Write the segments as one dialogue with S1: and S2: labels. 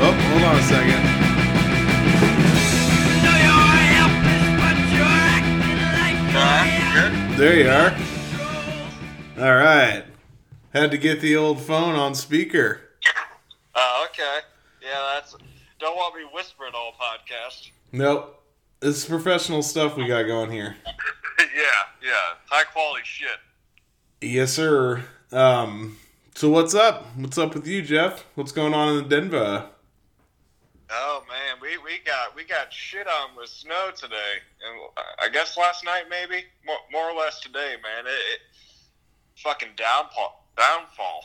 S1: Oh, hold on a second. There you are. All right. Had to get the old phone on speaker.
S2: Oh, okay. Yeah, that's. Don't want me whispering all podcast.
S1: Nope. This is professional stuff we got going here.
S2: yeah, yeah. High quality shit.
S1: Yes, sir. Um, so what's up? What's up with you, Jeff? What's going on in Denver?
S2: Oh man, we, we got we got shit on with snow today, and I guess last night maybe more, more or less today, man. It, it fucking downfall downfall.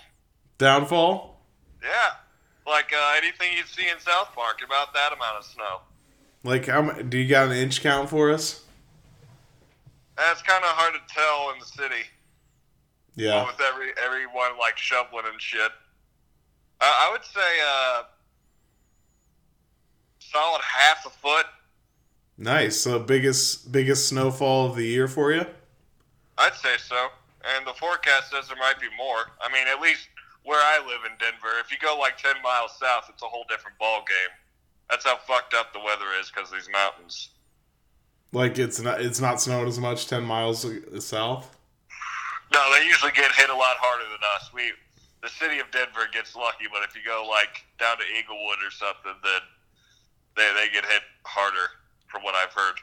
S1: Downfall?
S2: Yeah, like uh, anything you'd see in South Park about that amount of snow.
S1: Like, how mu- do you got an inch count for us?
S2: That's kind of hard to tell in the city
S1: Yeah.
S2: with every everyone like shoveling and shit. Uh, I would say uh, solid half a foot.
S1: Nice. So biggest biggest snowfall of the year for you?
S2: I'd say so. And the forecast says there might be more. I mean, at least where I live in Denver, if you go like 10 miles south, it's a whole different ball game. That's how fucked up the weather is because these mountains.
S1: Like it's not it's not snowing as much ten miles south.
S2: No, they usually get hit a lot harder than us. We, the city of Denver gets lucky, but if you go like down to Eaglewood or something, then they they get hit harder, from what I've heard.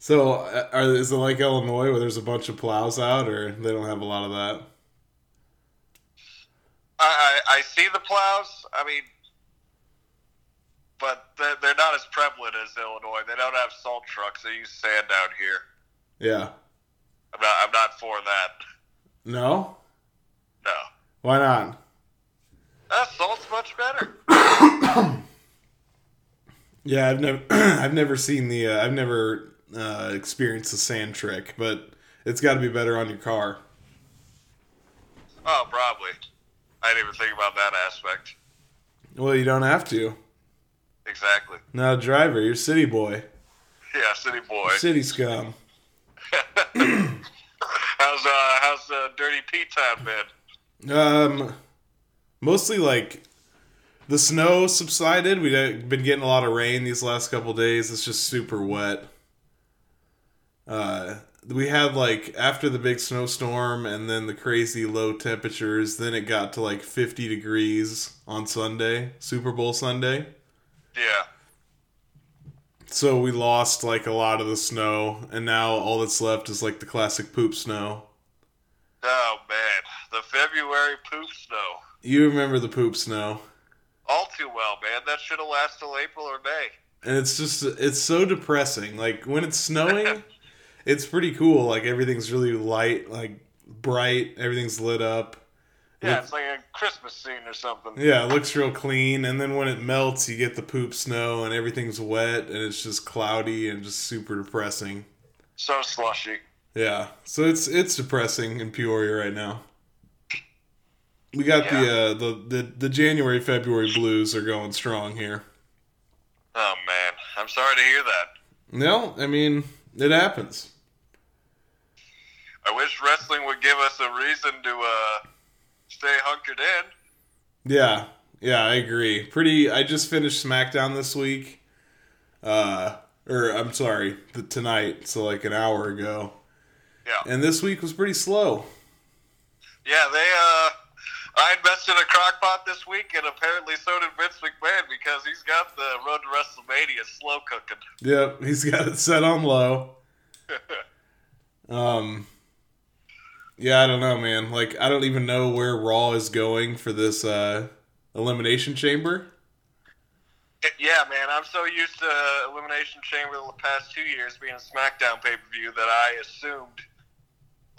S1: So uh, are, is it like Illinois where there's a bunch of plows out, or they don't have a lot of that?
S2: I, I, I see the plows. I mean, but they're, they're not as prevalent as Illinois. They don't have salt trucks. They use sand down here.
S1: Yeah.
S2: I'm not. I'm not for that.
S1: No.
S2: No,
S1: Why not?
S2: uh, salt's much better.
S1: Yeah, I've never I've never seen the uh, I've never uh, experienced the sand trick, but it's got to be better on your car.
S2: Oh, probably. I didn't even think about that aspect.
S1: Well, you don't have to.
S2: Exactly.
S1: Now, driver, you're city boy,
S2: Yeah, city boy.
S1: city scum.
S2: How's uh, how's uh, dirty pea time been?
S1: Um, mostly like the snow subsided. We've been getting a lot of rain these last couple days. It's just super wet. Uh, we had like after the big snowstorm and then the crazy low temperatures, then it got to like 50 degrees on Sunday, Super Bowl Sunday.
S2: Yeah.
S1: So we lost like a lot of the snow, and now all that's left is like the classic poop snow.
S2: Oh man, the February poop snow.
S1: You remember the poop snow.
S2: All too well, man. That should have lasted till April or May.
S1: and it's just it's so depressing like when it's snowing it's pretty cool like everything's really light like bright everything's lit up
S2: Yeah,
S1: Look-
S2: it's like a Christmas scene or something.
S1: yeah it looks real clean and then when it melts you get the poop snow and everything's wet and it's just cloudy and just super depressing
S2: So slushy.
S1: yeah so it's it's depressing in peoria right now we got the uh the, the the january february blues are going strong here
S2: Oh man, I'm sorry to hear that.
S1: no i mean it happens
S2: I wish wrestling would give us a reason to uh, stay hunkered in.
S1: Yeah, yeah, I agree. Pretty. I just finished SmackDown this week. Uh, or I'm sorry, the, tonight. So like an hour ago.
S2: Yeah,
S1: And this week was pretty slow.
S2: yeah. They. Uh, I invested in a crock pot this week, and apparently so did Vince McMahon because he's got the road to WrestleMania slow cooking.
S1: Yep, he's got it set on low. um, yeah, I don't know, man. Like, I don't even know where Raw is going for this uh, elimination chamber.
S2: Yeah, man, I'm so used to Elimination Chamber the past two years being a SmackDown pay per view that I assumed,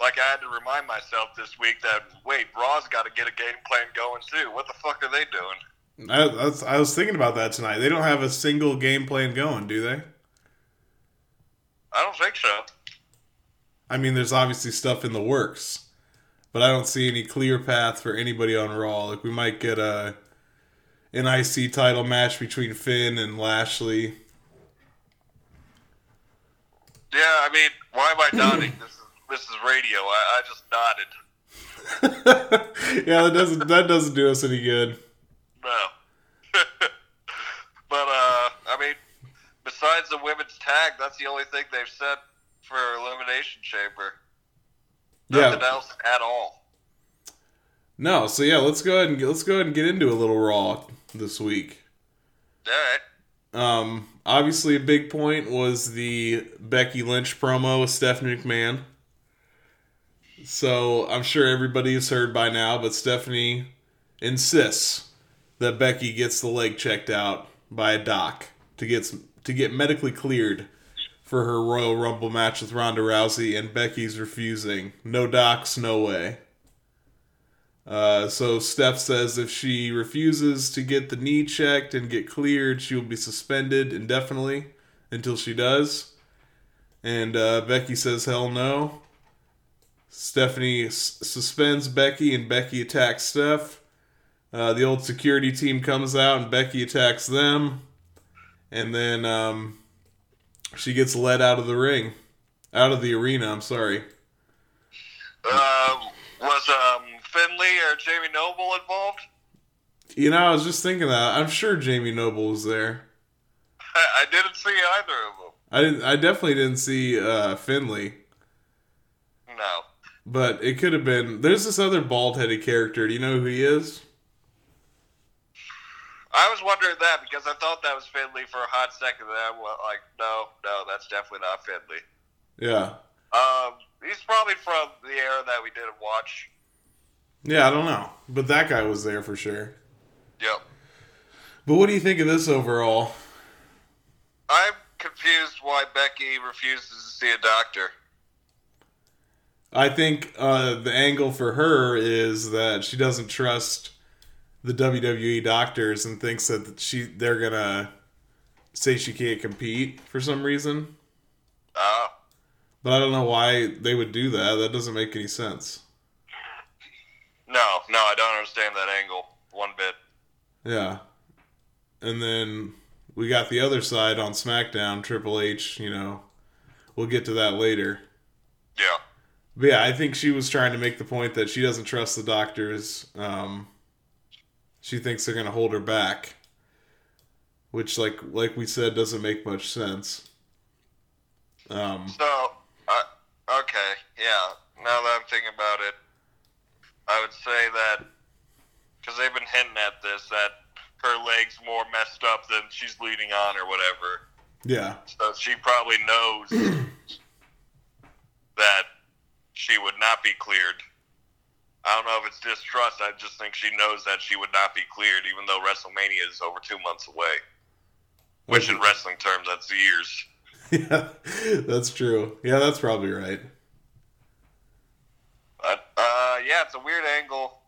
S2: like, I had to remind myself this week that, wait, Raw's got to get a game plan going too. What the fuck are they doing?
S1: I, that's, I was thinking about that tonight. They don't have a single game plan going, do they?
S2: I don't think so.
S1: I mean, there's obviously stuff in the works, but I don't see any clear path for anybody on Raw. Like, we might get a an IC title match between Finn and Lashley.
S2: Yeah, I mean, why am I nodding? this is this is radio. I, I just nodded.
S1: yeah, that doesn't that doesn't do us any good.
S2: No. but uh, I mean, besides the women's tag, that's the only thing they've said for Elimination Chamber.
S1: Yeah.
S2: Nothing else at all.
S1: No, so yeah, let's go ahead and let's go ahead and get into a little Raw this week.
S2: All right.
S1: Um, obviously, a big point was the Becky Lynch promo with Stephanie McMahon. So I'm sure everybody has heard by now, but Stephanie insists that Becky gets the leg checked out by a doc to get s- to get medically cleared for her Royal Rumble match with Ronda Rousey, and Becky's refusing. No docs, no way. Uh, so Steph says if she refuses to get the knee checked and get cleared, she will be suspended indefinitely until she does. And uh, Becky says hell no. Stephanie s- suspends Becky, and Becky attacks Steph. Uh, the old security team comes out, and Becky attacks them. And then um, she gets led out of the ring, out of the arena. I'm sorry.
S2: Um, was um, Finley or Jamie Noble involved?
S1: You know, I was just thinking that. I'm sure Jamie Noble was there.
S2: I, I didn't see either of
S1: I didn't. I definitely didn't see uh, Finley,
S2: them. No.
S1: but it could have been. There's this other bald-headed character. Do you know who he is?
S2: I was wondering that because I thought that was Finley for a hot second. And I was like, no, no, that's definitely not Finley.
S1: Yeah,
S2: Um, he's probably from the era that we didn't watch.
S1: yeah. I don't know, but that guy was there for sure.
S2: Yep.
S1: But what do you think of this overall?
S2: I'm confused why Becky refuses to see a doctor.
S1: I think uh, the angle for her is that she doesn't trust the WWE doctors and thinks that she they're gonna say she can't compete for some reason.
S2: Oh.
S1: But I don't know why they would do that. That doesn't make any sense.
S2: No, no, I don't understand that angle one bit.
S1: Yeah. And then we got the other side on SmackDown, Triple H, you know. We'll get to that later.
S2: Yeah.
S1: But yeah, I think she was trying to make the point that she doesn't trust the doctors. Um, she thinks they're going to hold her back, which like like we said doesn't make much sense. Um,
S2: So, I okay, yeah. Now that I'm thinking about it, I would say that because they've been hinting at this that her legs more messed up than she's leading on or whatever.
S1: yeah.
S2: So she probably knows that she would not be cleared. I don't know if it's distrust. I just think she knows that she would not be cleared, even though WrestleMania is over two months away. Which,
S1: Mm-hmm.
S2: in wrestling terms, that's years.
S1: yeah. That's true. Yeah, that's probably right.
S2: But uh, yeah, it's a weird angle.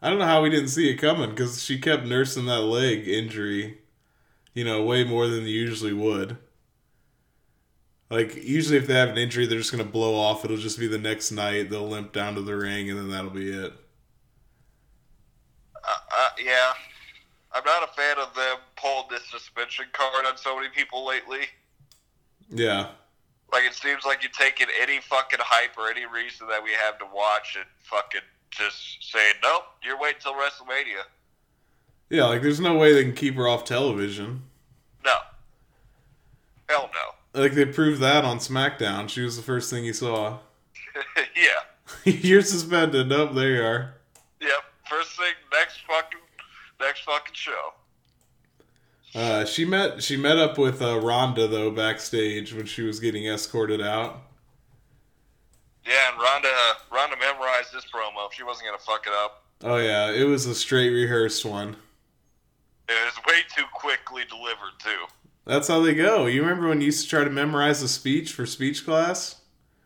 S1: I don't know how we didn't see it coming because she kept nursing that leg injury, you know, way more than they usually would. Like, usually if they have an injury, they're just going to blow off. It'll just be the next night. They'll limp down to the ring, and then that'll be it.
S2: Uh, uh, yeah, I'm not a fan of them pulling this suspension card on so many people lately.
S1: Yeah.
S2: Like it seems like you're taking any fucking hype or any reason that we have to watch and fucking just saying nope. You're waiting till WrestleMania.
S1: Yeah, like, there's no way they can keep her off television.
S2: No, hell no.
S1: Like, they proved that on SmackDown. She was the first thing you saw.
S2: yeah,
S1: You're suspended. Nope, there you are.
S2: yep. First thing next fucking next fucking show.
S1: Uh, she met she met up with uh, Rhonda though backstage when she was getting escorted out.
S2: Yeah, and Rhonda Rhonda memorized this promo. She wasn't gonna fuck it up.
S1: Oh yeah, it was a straight rehearsed one.
S2: It was way too quickly delivered too.
S1: That's how they go. You remember when you used to try to memorize a speech for speech class?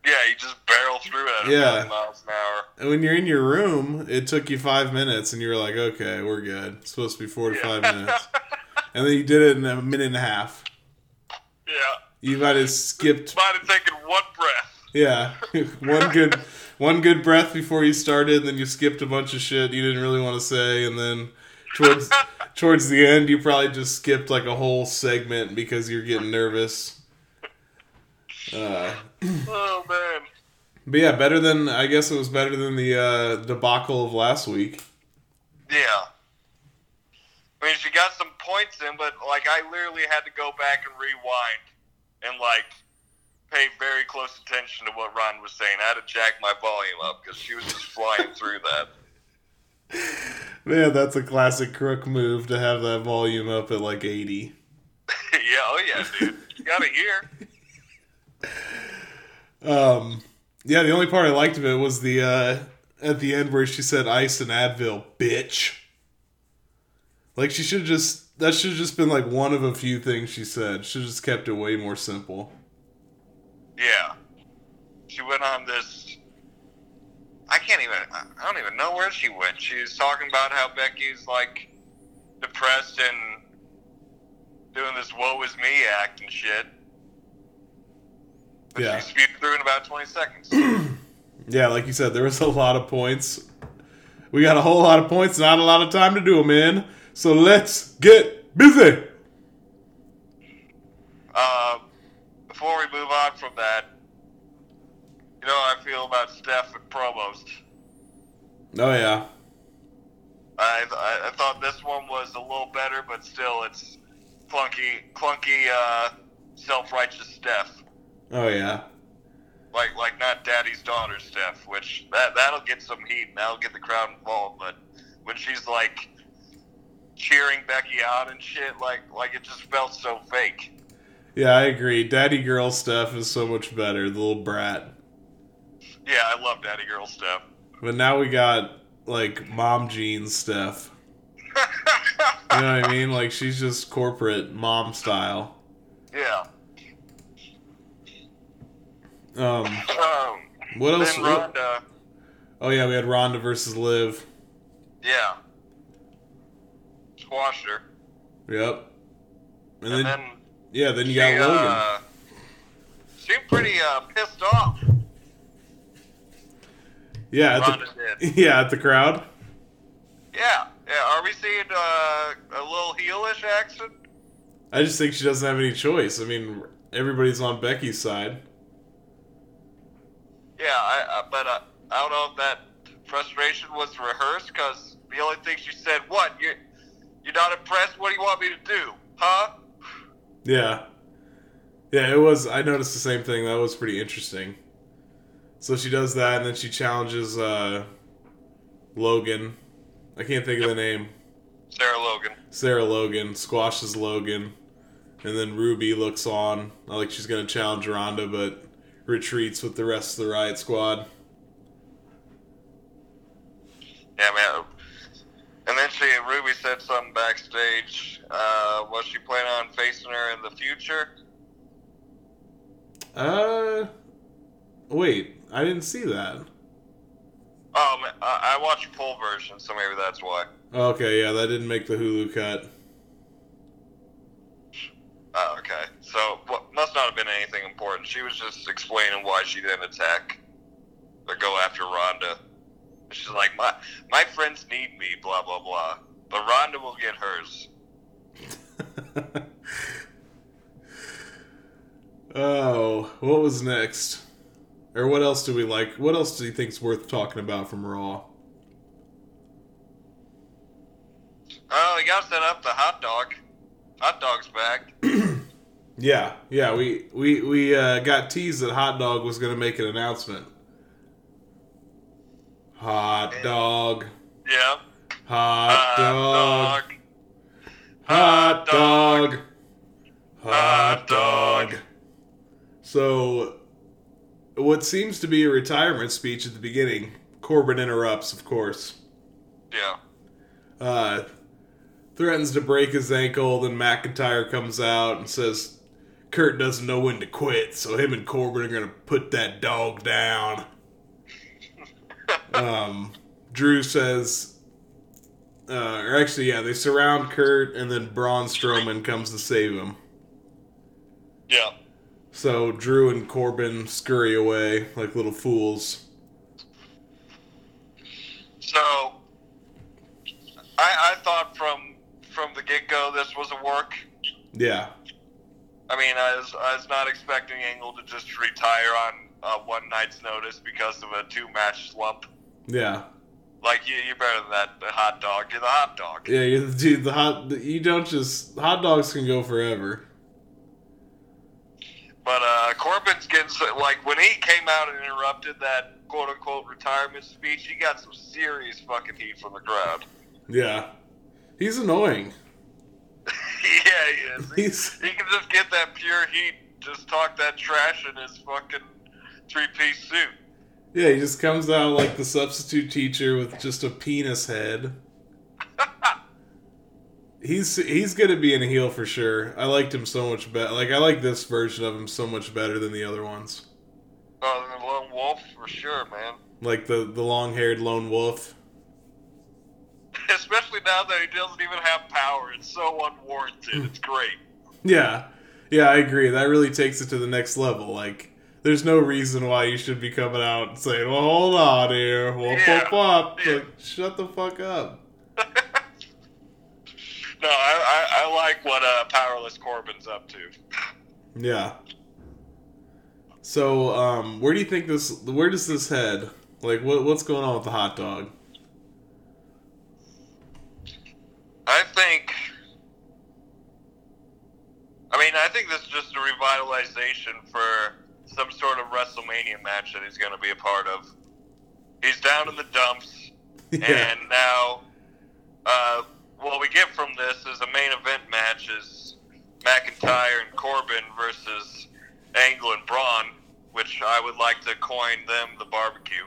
S2: Yeah, you just barrel through it at
S1: Yeah.
S2: a million miles an hour.
S1: And when you're in your room, it took you five minutes, and you were like, "Okay, we're good." It's supposed to be four to five minutes, and then you did it in a minute and a half.
S2: Yeah,
S1: You might have skipped,
S2: might have taken one breath.
S1: yeah, one good, one good breath before you started, and then you skipped a bunch of shit you didn't really want to say, and then towards towards the end, you probably just skipped like a whole segment because you're getting nervous. Uh,
S2: Oh man.
S1: but yeah, better than I guess it was better than the uh, debacle of last week.
S2: Yeah. I mean, she got some points in, but like I literally had to go back and rewind and like pay very close attention to what Ron was saying. I had to jack my volume up because she was just flying through that.
S1: Man, that's a classic crook move to have that volume up at like 80.
S2: yeah, oh yeah, dude, you gotta hear.
S1: Um, yeah, the only part I liked of it was the uh, at the end where she said ice and Advil, bitch. Like she should just that should have just been like one of a few things she said. Should have just kept it way more simple.
S2: Yeah, she went on this. I can't even. I I don't even know where she went. She was talking about how Becky's like depressed and doing this "woe is me" act and shit. But
S1: Yeah.
S2: she spewed through in about twenty seconds. yeah,
S1: Yeah, like you said, there was a lot of points. We got a whole lot of points, not a lot of time to do them in. So let's get busy.
S2: Uh, before we move on from that, you know how I feel about Steph and Provost.
S1: Oh yeah.
S2: I, I, I thought this one was a little better, but still, it's clunky, clunky, uh, self-righteous Steph.
S1: Oh yeah.
S2: Like, like not daddy's daughter Steph, which that that'll get some heat and that'll get the crowd involved. But when she's like cheering Becky out and shit, like, like it just felt so fake.
S1: Yeah, I agree. Daddy girl stuff is so much better. The little brat.
S2: Yeah, I love daddy girl Steph.
S1: But now we got like mom jeans stuff. You know what I mean? Like she's just corporate mom style.
S2: Yeah.
S1: Um,
S2: Um,
S1: what
S2: then
S1: else?
S2: Rhonda.
S1: Oh yeah, we had Ronda versus Liv.
S2: Yeah. Squashed her.
S1: Yep. And,
S2: And
S1: then,
S2: then
S1: yeah, then you
S2: she,
S1: got Logan.
S2: uh, seemed pretty uh, pissed off.
S1: yeah, at
S2: Ronda
S1: the,
S2: did.
S1: yeah, at the crowd.
S2: Yeah, yeah. Are we seeing uh, a little heelish action?
S1: I just think she doesn't have any choice. I mean, everybody's on Becky's side.
S2: Yeah, I, I, but uh, I don't know if that frustration was rehearsed because the only thing she said, "What you you're not impressed? What do you want me to do? Huh?"
S1: Yeah. Yeah, it was. I noticed the same thing. That was pretty interesting. So she does that, and then she challenges uh, Logan. I can't think of the name.
S2: Sarah Logan.
S1: Sarah Logan squashes Logan, and then Ruby looks on. Not like she's going to challenge Rhonda, but retreats with the rest of the Riot Squad.
S2: Yeah, man. And then she Ruby said something backstage. Uh, was she planning on facing her in the future?
S1: Uh, wait, I didn't see that.
S2: Oh, man, I, I watched full version, so maybe that's why.
S1: Okay, yeah, that didn't make the Hulu cut.
S2: Oh, okay. So what, must not have been anything important. She was just explaining why she didn't attack or go after Rhonda. She's like, my my friends need me, blah blah blah. But Rhonda will get hers.
S1: Oh, what was next? Or what else do we like? What else do you think's worth talking about from Raw?
S2: Oh, you gotta set up the hot dog. Hot dog's back.
S1: Yeah, yeah, we we we uh, got teased that Hot Dog was going to make an announcement. Hot Dog.
S2: yeah.
S1: Hot dog.
S2: Dog.
S1: Hot dog.
S2: Hot dog.
S1: So, what seems to be a retirement speech at the beginning, Corbin interrupts, of course.
S2: Yeah.
S1: Uh, threatens to break his ankle. Then McIntyre comes out and says, Kurt doesn't know when to quit, so him and Corbin are going to put that dog down. um, Drew says, uh, or actually, yeah, they surround Kurt, and then Braun Strowman comes to save him.
S2: Yeah.
S1: So Drew and Corbin scurry away like little fools.
S2: So I, I thought from from the get go this was a work.
S1: Yeah,
S2: I mean, I was, I was not expecting Angle to just retire on uh, one night's notice because of a two match slump.
S1: yeah,
S2: Like you, you're better than that. The hot dog. You're the hot dog.
S1: yeah. you- Dude, the hot you don't just hot dogs can go forever.
S2: But uh, Corbin's getting so- like when he came out and interrupted that quote unquote retirement speech, he got some serious fucking heat from the crowd.
S1: Yeah, he's annoying.
S2: yeah, he is. He,
S1: He's
S2: he can just get that pure heat, just talk that trash in his fucking three piece suit.
S1: yeah, he just comes out like the substitute teacher with just a penis head. He's he's gonna be in a heel for sure. I liked him so much better. Like I like this version of him so much better than the other ones.
S2: Oh, and the lone wolf for sure, man.
S1: Like the the long haired lone wolf.
S2: Especially now that he doesn't even have power. It's so unwarranted. It's great.
S1: Yeah. Yeah, I agree. That really takes it to the next level. Like, there's no reason why you should be coming out and saying, well, hold on here. Whoop,
S2: Yeah.
S1: whoop, whoop.
S2: Yeah.
S1: Like, shut the fuck up.
S2: No, I, I, I like what uh, powerless Corbin's up to.
S1: Yeah. So, um, where do you think this, where does this head? Like, what, what's going on with the hot dog?
S2: I think. I mean, I think this is just a revitalization for some sort of WrestleMania match that he's going to be a part of. He's down in the dumps,
S1: Yeah.
S2: and now uh, what we get from this is a main event match is McIntyre and Corbin versus Angle and Braun, which I would like to coin them the barbecue.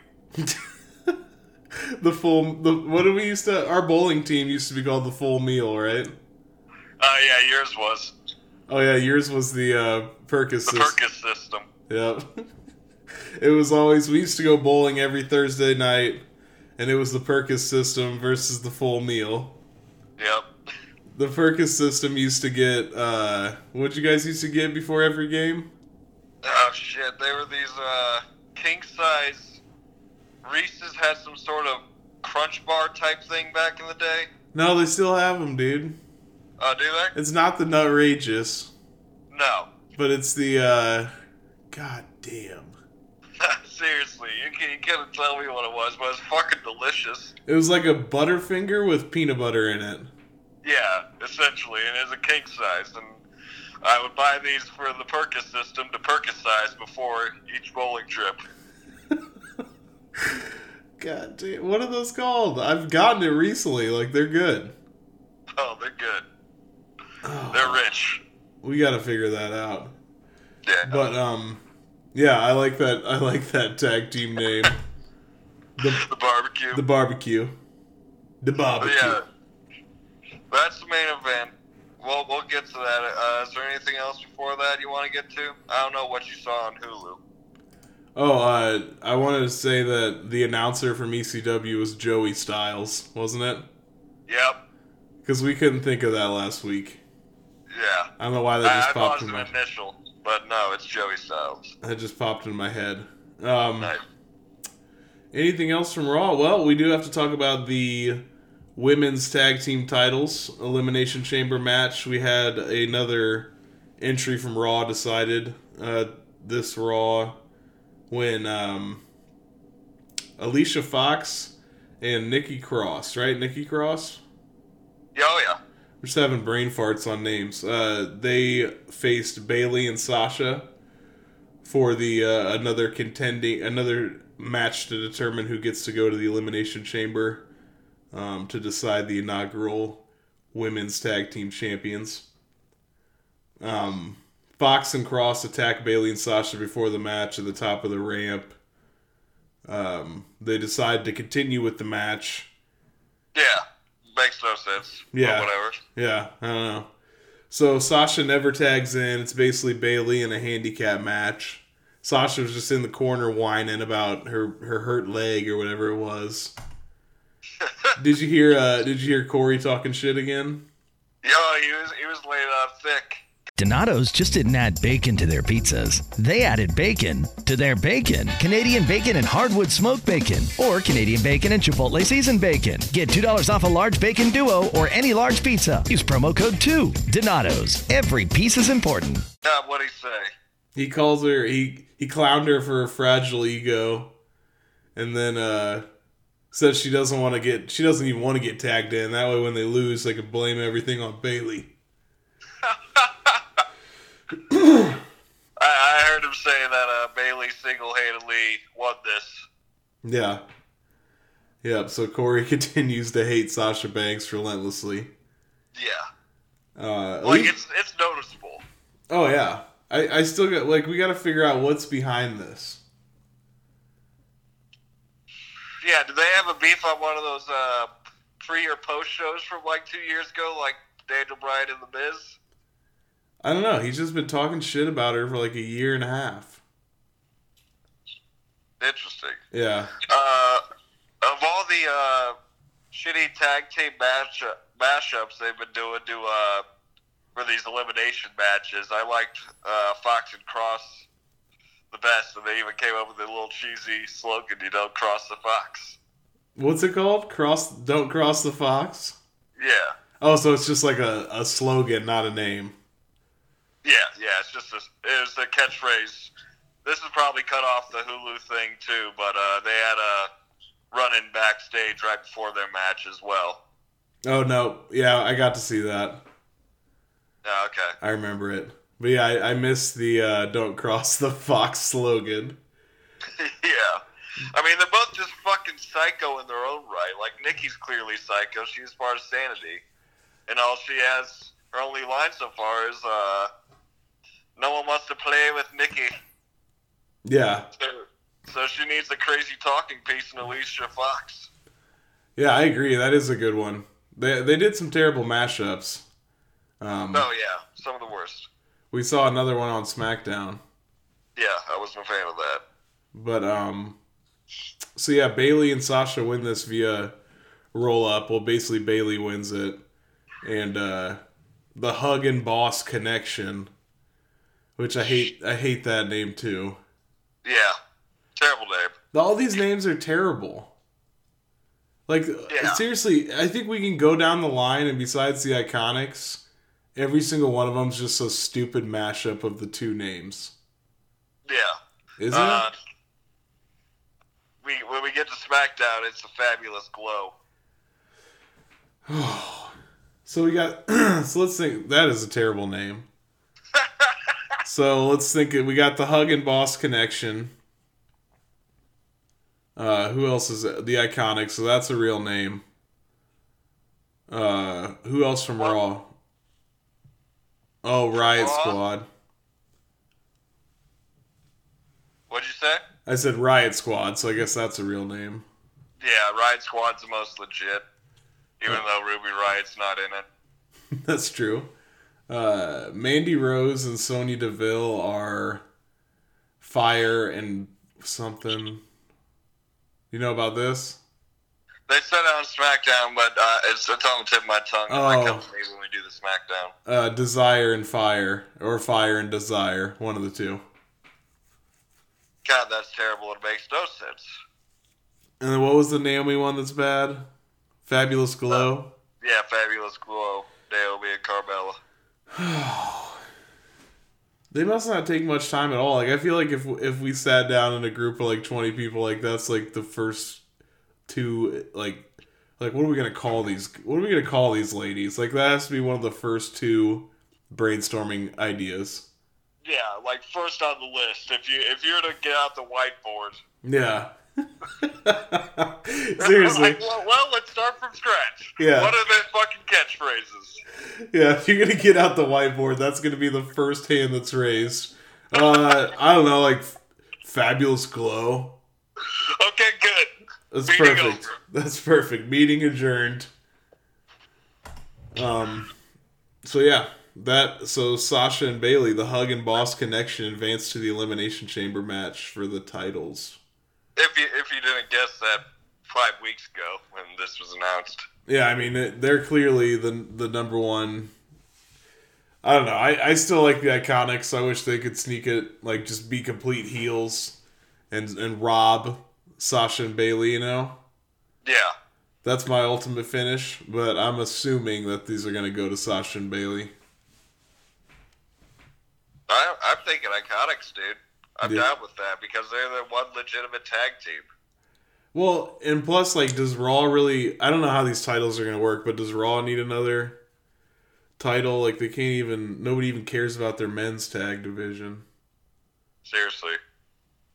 S1: The full, the, what did we used to, our bowling team used to be called the full meal, right?
S2: Uh, yeah, yours was
S1: Oh, yeah, yours was the, uh, Perkins
S2: the
S1: system.
S2: Perkins system.
S1: Yep. it was always we used to go bowling every Thursday night, and it was the Perkins system versus the full meal.
S2: Yep.
S1: The Perkins system used to get uh what you guys used to get before every game?
S2: Oh shit! They were these uh, king size. Reese's had some sort of crunch bar type thing back in the day.
S1: No, they still have them, dude.
S2: Uh, do they?
S1: It's not the nutrageous,
S2: No.
S1: but it's the uh god damn.
S2: Seriously, you, can, you couldn't tell me what it was, but it's fucking delicious.
S1: It was like a butterfinger with peanut butter in it.
S2: Yeah, essentially, and it's a king size. And I would buy these for the Perkins system to Perkins size before each bowling trip.
S1: God damn, what are those called? I've gotten it recently. Like they're good.
S2: Oh, they're good.
S1: Oh,
S2: They're rich.
S1: we got to figure that out.
S2: Yeah.
S1: But um, yeah, I like that. I like that tag team name,
S2: the barbecue. Oh,
S1: the barbecue, the barbecue.
S2: Yeah, that's the main event. We'll, we'll get to that. Uh, is there anything else before that you want to get to? I don't know what you saw on Hulu.
S1: Oh, uh, I wanted to say that the announcer from ECW was Joey Styles, wasn't it?
S2: Yep.
S1: Because we couldn't think of that last week.
S2: Yeah.
S1: I don't know why that
S2: I,
S1: just
S2: I thought
S1: popped
S2: it
S1: in
S2: was
S1: my
S2: an initial, but no, it's Joey Styles.
S1: that just popped in my head. Um,
S2: Nice.
S1: anything else from Raw? Well, we do have to talk about the women's tag team titles elimination chamber match. We had another entry from Raw decided uh, this Raw when um, Alicia Fox and Nikki Cross, right? Nikki Cross.
S2: Yeah, oh yeah.
S1: We're just having brain farts on names. Uh, they faced Bailey and Sasha for the uh, another contending another match to determine who gets to go to the elimination chamber. um, to decide the inaugural women's tag team champions. Um, Fox and Cross attack Bailey and Sasha before the match at the top of the ramp. Um, they decide to continue with the match.
S2: Yeah, makes no sense.
S1: Yeah.
S2: But whatever.
S1: Yeah, I don't know. So Sasha never tags in. It's basically Bailey in a handicap match. Sasha was just in the corner whining about her, her hurt leg or whatever it was. did you hear? Uh, did you hear Corey talking shit again?
S2: Yo, oh, he was he was laid on thick.
S3: Donato's just didn't add bacon to their pizzas. They added bacon to their bacon. Canadian bacon and hardwood smoked bacon, or Canadian bacon and Chipotle seasoned bacon. Get $2 off a large bacon duo or any large pizza. Use promo code 2. Donato's. Every piece is important.
S2: Not what he say.
S1: He calls her. He he clowned her for her fragile ego, and then uh, says she doesn't want to get. She doesn't even want to get tagged in. That way, when they lose, they could blame everything on Bailey.
S2: I, I heard him say that uh, Bailey single-handedly won this.
S1: Yeah. Yep. So Corey continues to hate Sasha Banks relentlessly.
S2: Yeah,
S1: Uh, at
S2: like
S1: least-
S2: it's it's noticeable.
S1: oh yeah. I I still got like we got to figure out what's behind this.
S2: Yeah, do they have a beef on one of those uh, pre or post shows from like two years ago, like Daniel Bryan and The Miz?
S1: I don't know. He's just been talking shit about her for like a year and a half.
S2: Interesting.
S1: Yeah.
S2: Uh, of all the uh, shitty tag team match mashups they've been doing to uh, for these elimination matches, I liked uh, Fox and Cross the best, and they even came up with a little cheesy slogan, you know, "Cross the Fox."
S1: What's it called? Cross. Don't cross the fox.
S2: Yeah,
S1: Oh, so it's just like a, a slogan, not a name.
S2: yeah, yeah. It's just a, it was a catchphrase. This is probably cut off the Hulu thing too, but uh, they had a run-in backstage right before their match as well.
S1: Oh no, yeah, I got to see that.
S2: Yeah, okay.
S1: I remember it. But yeah, I, I missed the uh, "Don't cross the fox" slogan.
S2: yeah. I mean, they're both just fucking psycho in their own right. Like, Nikki's clearly psycho. She's part of sanity. And all she has, her only line so far is, uh, no one wants to play with Nikki.
S1: Yeah,
S2: So- So she needs a crazy talking piece in Alicia Fox.
S1: yeah, I agree. That is a good one. They they did some terrible mashups. Um,
S2: Oh, yeah. Some of the worst.
S1: We saw another one on SmackDown,
S2: Yeah, I wasn't a fan of that.
S1: but um, so yeah, Bailey and Sasha win this via roll up. Well, basically Bailey wins it, and uh, the hug and boss connection, which I hate. I hate that name too.
S2: Yeah. Terrible name.
S1: All these names are terrible. Like
S2: Yeah.
S1: seriously, I think we can go down the line, and besides the iconics, every single one of them's just a stupid mashup of the two names.
S2: Yeah.
S1: Isn't
S2: Uh,
S1: it?
S2: we, when we get to SmackDown, it's a fabulous glow.
S1: So we got. so let's think. That is a terrible name. so let's think. We got the Hug and Boss connection. Uh, who else is the iconic? So that's a real name. Uh, who else from Raw? Oh, Riot
S2: Raw?
S1: Squad.
S2: What'd you say?
S1: I said Riot Squad, so I guess that's a real name.
S2: Yeah, Riot Squad's the most legit, even though Ruby Riot's not in it.
S1: That's true. Uh, Mandy Rose and Sonya Deville are fire and something. You know about this?
S2: They said it on SmackDown, but uh, it's, it's on the tip of my tongue.
S1: Oh.
S2: It comes to me when we do the SmackDown.
S1: Uh, desire and fire, or fire and desire, one of the two.
S2: God, that's terrible. It makes no sense.
S1: And then what was the Naomi one that's bad? Fabulous Glow.
S2: Yeah, Fabulous Glow, Naomi and Carmella.
S1: They must not take much time at all. Like I feel like if if we sat down in a group of like twenty people, like that's like the first two like like what are we gonna call these? What are we gonna call these ladies? Like that has to be one of the first two brainstorming ideas.
S2: Yeah, like first on the list. If you if you were to get out the whiteboard,
S1: Yeah, Seriously.
S2: Like, well, well, let's start from scratch.
S1: Yeah.
S2: What are their fucking catchphrases?
S1: Yeah, if you're gonna get out the whiteboard, that's gonna be the first hand that's raised. Uh, I don't know, like fabulous glow.
S2: Okay, good.
S1: That's
S2: Meeting
S1: perfect.
S2: over.
S1: That's perfect. Meeting adjourned. Um, so yeah, that so Sasha and Bailey, the hug and boss connection, advanced to the elimination chamber match for the titles.
S2: If you if you didn't guess that five weeks ago when this was announced,
S1: Yeah, I mean it- they're clearly the the number one. I don't know. I, I still like the Iconics. I wish they could sneak it, like just be complete heels, and and rob Sasha and Bailey. You know,
S2: yeah,
S1: that's my ultimate finish. But I'm assuming that these are gonna go to Sasha and Bailey.
S2: I, I'm thinking Iconics, dude. I'm
S1: Yeah.
S2: down with that because they're the one legitimate tag team.
S1: Well, and plus, like, does Raw really? I don't know how these titles are gonna work, but does Raw need another title? Like, they can't even. Nobody even cares about their men's tag division.
S2: Seriously,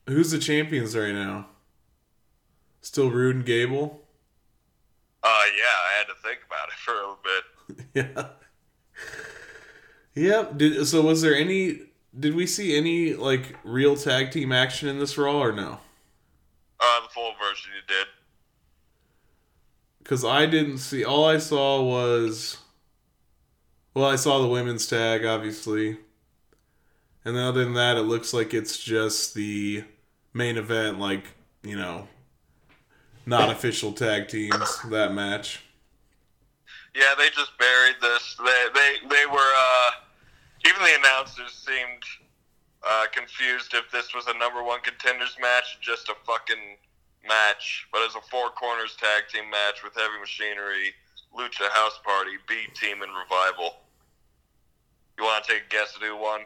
S1: Who's the champions right now? Still Rude and Gable.
S2: uh, yeah, I had to think about it for a little bit.
S1: yeah. Yep. Did so? Was there any? Did we see any like real tag team action in this Raw or no?
S2: Uh, the full version you did.
S1: Because I didn't see. All I saw was. Well, I saw the women's tag, obviously. And then other than that, it looks like it's just the main event, like, you know, not official tag teams, that match.
S2: Yeah, they just buried this. They they they were uh, even the announcers seemed uh, confused if this was a number one contenders match, just a fucking match, but it's a four corners tag team match with Heavy Machinery, Lucha House Party, B Team, and Revival. You want to take a guess at who won?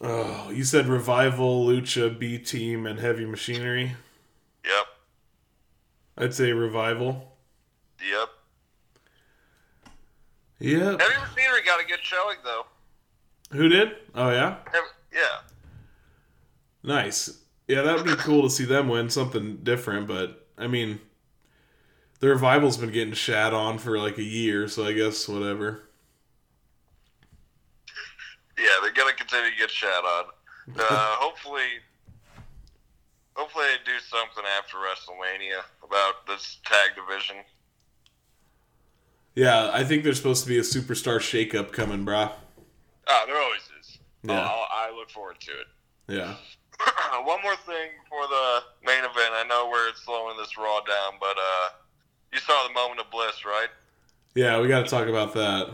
S1: Oh, you said Revival, Lucha, B Team, and Heavy Machinery?
S2: Yep,
S1: I'd say Revival.
S2: yep.
S1: Yep.
S2: Heavy Machinery got a good showing though.
S1: Who did? Oh, yeah?
S2: Heavy, yeah,
S1: Nice. Yeah, that would be cool to see them win something different, but I mean, the revival's been getting shat on for like a year, so I guess whatever.
S2: yeah. They're gonna continue to get shat on. Uh, hopefully, hopefully they do something after WrestleMania about this tag division.
S1: Yeah, I think there's supposed to be a superstar shakeup coming, brah.
S2: Ah, there always is.
S1: Yeah.
S2: I'll- I'll- I look forward to it.
S1: Yeah.
S2: One more thing for the main event. I know we're slowing this Raw down, but uh, you saw the moment of bliss, right?
S1: Yeah, we got to talk about that.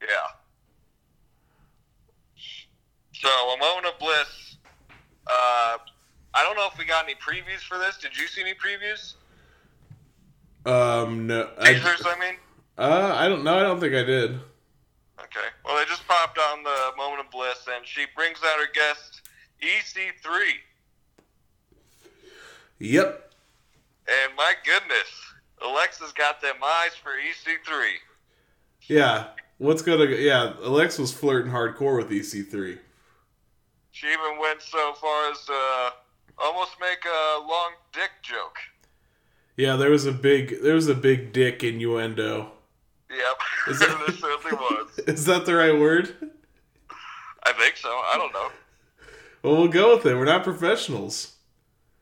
S2: Yeah. So a moment of bliss. Uh, I don't know if we got any previews for this. Did you see any previews?
S1: Um, no. I,
S2: Teasers, I mean.
S1: uh, I don't know. I don't think I did.
S2: Okay. Well, they just popped on the moment of bliss, and she brings out her guest E EC3,
S1: Yep.
S2: and my goodness, Alexa's got them eyes for E EC3.
S1: Yeah. What's going to. Yeah, Alex was flirting hardcore with E EC3.
S2: She even went so far as to uh, almost make a long dick joke.
S1: Yeah, there was a big there was a big dick innuendo.
S2: Yep,
S1: Is
S2: there
S1: it-
S2: certainly was.
S1: Is that the right word?
S2: I think so. I don't know.
S1: Well, we'll go with it. We're not professionals.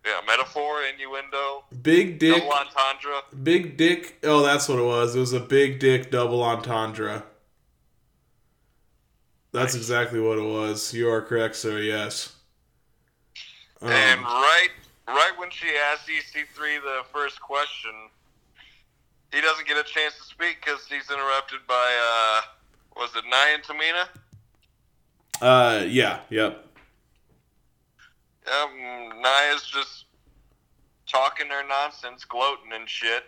S2: Yeah, metaphor, innuendo,
S1: Big dick,
S2: double entendre.
S1: big dick. Oh, that's what it was. It was a big dick double entendre. That's exactly what it was. You are correct, sir. Yes. Um,
S2: And right, right when she asks EC3 the first question, he doesn't get a chance to speak because he's interrupted by uh, was it Nia and Tamina?
S1: uh, yeah, yep.
S2: Um, Nia's just talking her nonsense, gloating and shit.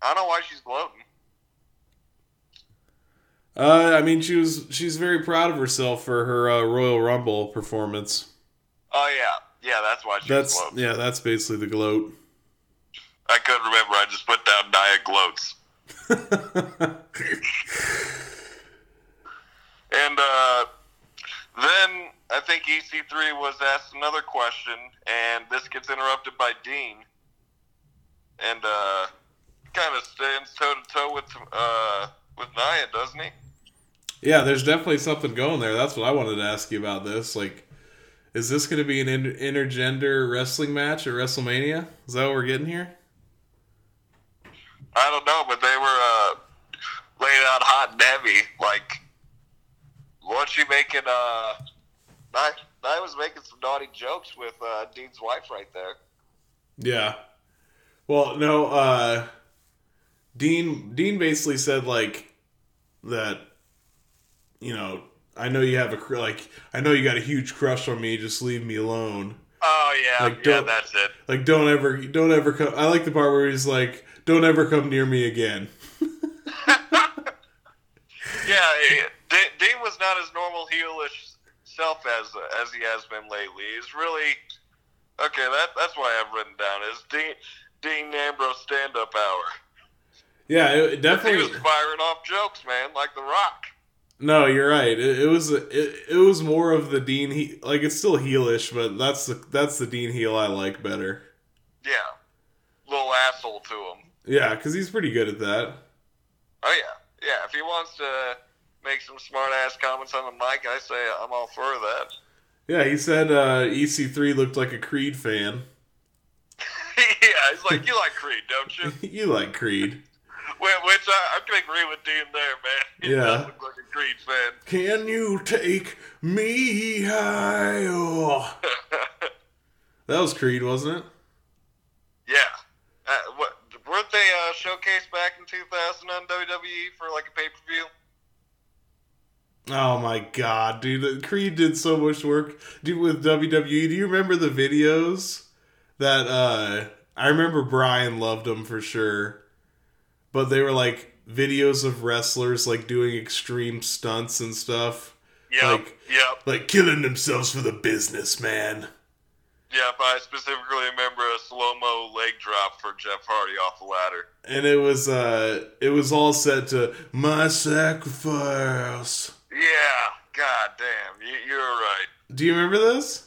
S2: I don't know why she's gloating.
S1: Uh, I mean, she was she's very proud of herself for her uh, Royal Rumble performance.
S2: Oh yeah, yeah, that's why she's
S1: That's
S2: gloating.
S1: yeah, that's basically the gloat.
S2: I couldn't remember. I just put down Nia gloats. And uh, then I think think EC3 was asked another question, and this gets interrupted by Dean, and uh, kind of stands toe to toe with uh, with Nia, doesn't he?
S1: Yeah, there's definitely something going there. That's what I wanted to ask you about this. Like, is this going to be an in- intergender wrestling match at WrestleMania? Is that what we're getting here?
S2: I don't know, but they were uh, laid out hot and heavy. Like, once you making uh, I I was making some naughty jokes with uh, Dean's wife right there.
S1: Yeah. Well, no, uh Dean Dean basically said like that you know, I know you have a cr- like I know you got a huge crush on me, just leave me alone.
S2: Oh yeah,
S1: Like,
S2: yeah,
S1: don't-
S2: that's it.
S1: Like don't ever don't ever come I like the part where he's like don't ever come near me again.
S2: Yeah, it- D- Dean was not his normal heelish self as as he has been lately. He's really okay. That that's why I've written down is Dean Dean Ambrose stand up hour.
S1: Yeah, it, it
S2: He
S1: definitely
S2: was firing off jokes, man, like The Rock.
S1: No, you're right. It, it was it, it was more of the Dean he like it's still heelish, but that's the that's the Dean heel I like better.
S2: Yeah, little asshole to him.
S1: Yeah, cuz he's pretty good at that.
S2: Oh yeah, yeah. If he wants to make some smart ass comments on the mic, I say I'm all for that.
S1: Yeah, he said uh, EC3 looked like a Creed fan.
S2: yeah, he's like, you like Creed, don't you?
S1: you like Creed.
S2: Wh- Which I, I can agree with Dean there, man. He
S1: Yeah.
S2: does look like a Creed fan.
S1: Can you take me higher? that was Creed, wasn't it?
S2: Yeah. Uh, what, weren't they uh, showcased back in 2000 on WWE for like a pay per view?
S1: Oh my god, dude. Creed did so much work dude, with WWE. Do you remember the videos that uh I remember Brian loved them for sure. But they were like videos of wrestlers like doing extreme stunts and stuff.
S2: Yep.
S1: Like-
S2: yep.
S1: Like killing themselves for the business, man.
S2: Yep. I specifically remember a slow mo leg drop for Jeff Hardy off the ladder.
S1: and it was uh it was all set to my sacrifice
S2: Yeah. God damn. You, you're right.
S1: do you remember this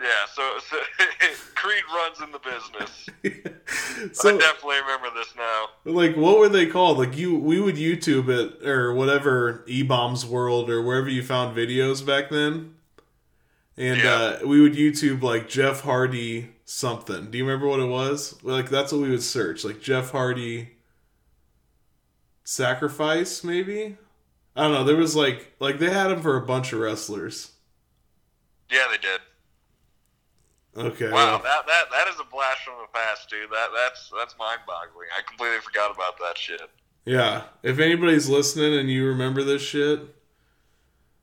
S2: Yeah. So, so Creed runs in the business. I
S1: so
S2: definitely remember this now.
S1: like what were they called like you we would youtube it or whatever e-bombs world or wherever you found videos back then and
S2: Yeah.
S1: uh, we would youtube like jeff hardy something do you remember what it was like that's what we would search like jeff hardy sacrifice maybe i don't know there was like like they had him for a bunch of wrestlers
S2: Yeah, they did.
S1: okay
S2: Wow, that, that that is a blast from the past, dude. That that's that's mind boggling. I completely forgot about that shit.
S1: Yeah. If anybody's listening and you remember this shit,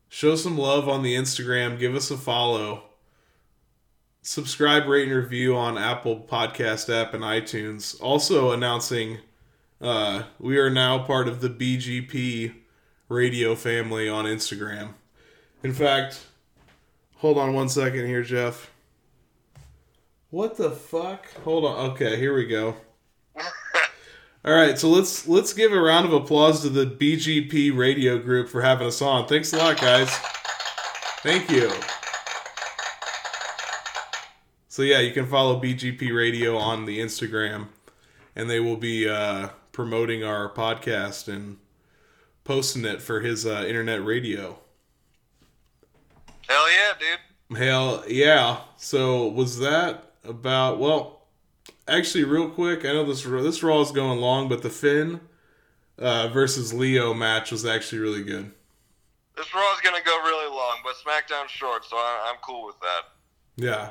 S1: show some love on the Instagram. Give us a follow. Subscribe, rate, and review on Apple Podcast app and iTunes. Also announcing uh, we are now part of the BGP radio family on Instagram. In fact, hold on one second here, Jeff. What the fuck? Hold on. Okay, here we go. All right, so let's let's give a round of applause to the BGP radio group for having us on. Thanks a lot, guys. Thank you. So yeah, you can follow BGP Radio on the Instagram, and they will be uh, promoting our podcast and posting it for his uh, internet radio.
S2: Hell yeah, dude.
S1: Hell yeah! So was that about? Well, actually, real quick, I know this this Raw is going long, but the Finn uh, versus Leo match was actually really good.
S2: This Raw's gonna go really long, but SmackDown's short, so I, I'm cool with that.
S1: Yeah,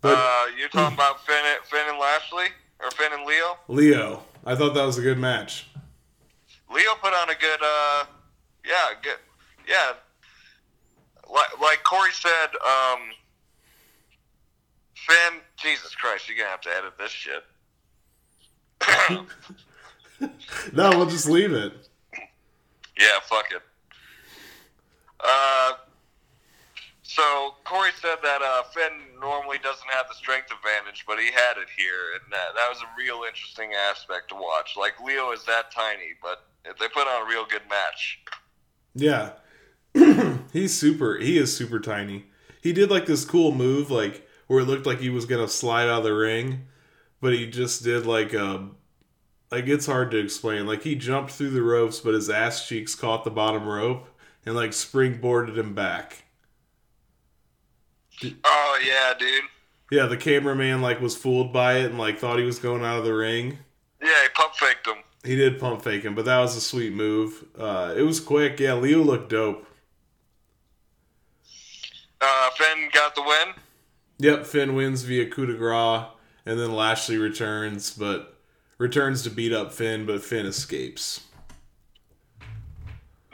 S1: But-
S2: uh, you're talking about Finn, Finn and Lashley or Finn and Leo?
S1: Leo, I thought that was a good match.
S2: Leo put on a good, uh, yeah, good, yeah. Like, like Corey said, um, Finn, Jesus Christ, you're gonna have to edit this shit.
S1: No, we'll just leave it.
S2: Yeah, fuck it. Uh, so Corey said that uh, Finn normally doesn't have the strength advantage, but he had it here, and that, that was a real interesting aspect to watch. Like Leo is that tiny, but they put on a real good match.
S1: Yeah, he's super. He is super tiny. He did like this cool move, like where it looked like he was gonna slide out of the ring, but he just did like a like it's hard to explain. Like he jumped through the ropes, but his ass cheeks caught the bottom rope and like springboarded him back.
S2: Oh yeah, dude.
S1: Yeah, the cameraman like was fooled by it and like thought he was going out of the ring.
S2: Yeah, he pump faked him.
S1: He did pump fake him, but that was a sweet move. Uh, it was quick. Yeah, Leo looked dope.
S2: Uh, Finn got the win.
S1: Yep, Finn wins via coup de grace, and then Lashley returns, but returns to beat up Finn, but Finn escapes.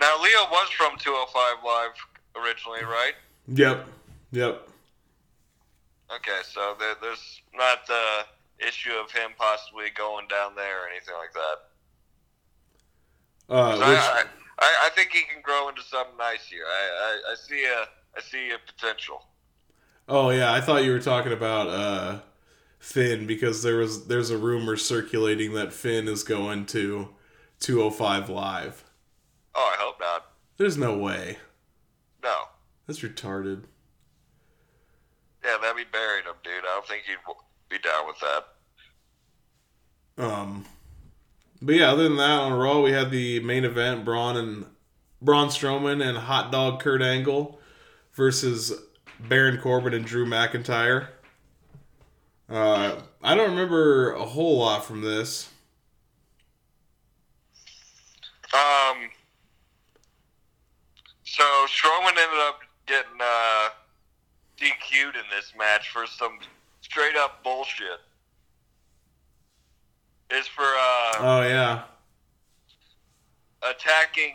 S2: Now Leo was from 205 Live originally, right?
S1: Yep, yep.
S2: Okay, so there, there's not the issue of him possibly going down there or anything like that.
S1: Uh,
S2: So I,
S1: which,
S2: I, I think he can grow into something nice here. I, I, I see a I see a potential.
S1: oh yeah, I thought you were talking about uh, Finn because there was there's a rumor circulating that Finn is going to 205 Live.
S2: Oh, I hope not.
S1: There's no way.
S2: No.
S1: That's retarded.
S2: Yeah, that'd be buried him, dude. I don't think he'd w- be down with that.
S1: Um, but yeah, other than that, on Raw we had the main event: Braun and Braun Strowman and Hot Dog Kurt Angle versus Baron Corbin and Drew McIntyre. Uh, I don't remember a whole lot from this.
S2: Um. So Strowman ended up getting uh, DQ'd in this match for some straight up bullshit. It's for uh,
S1: Oh yeah,
S2: attacking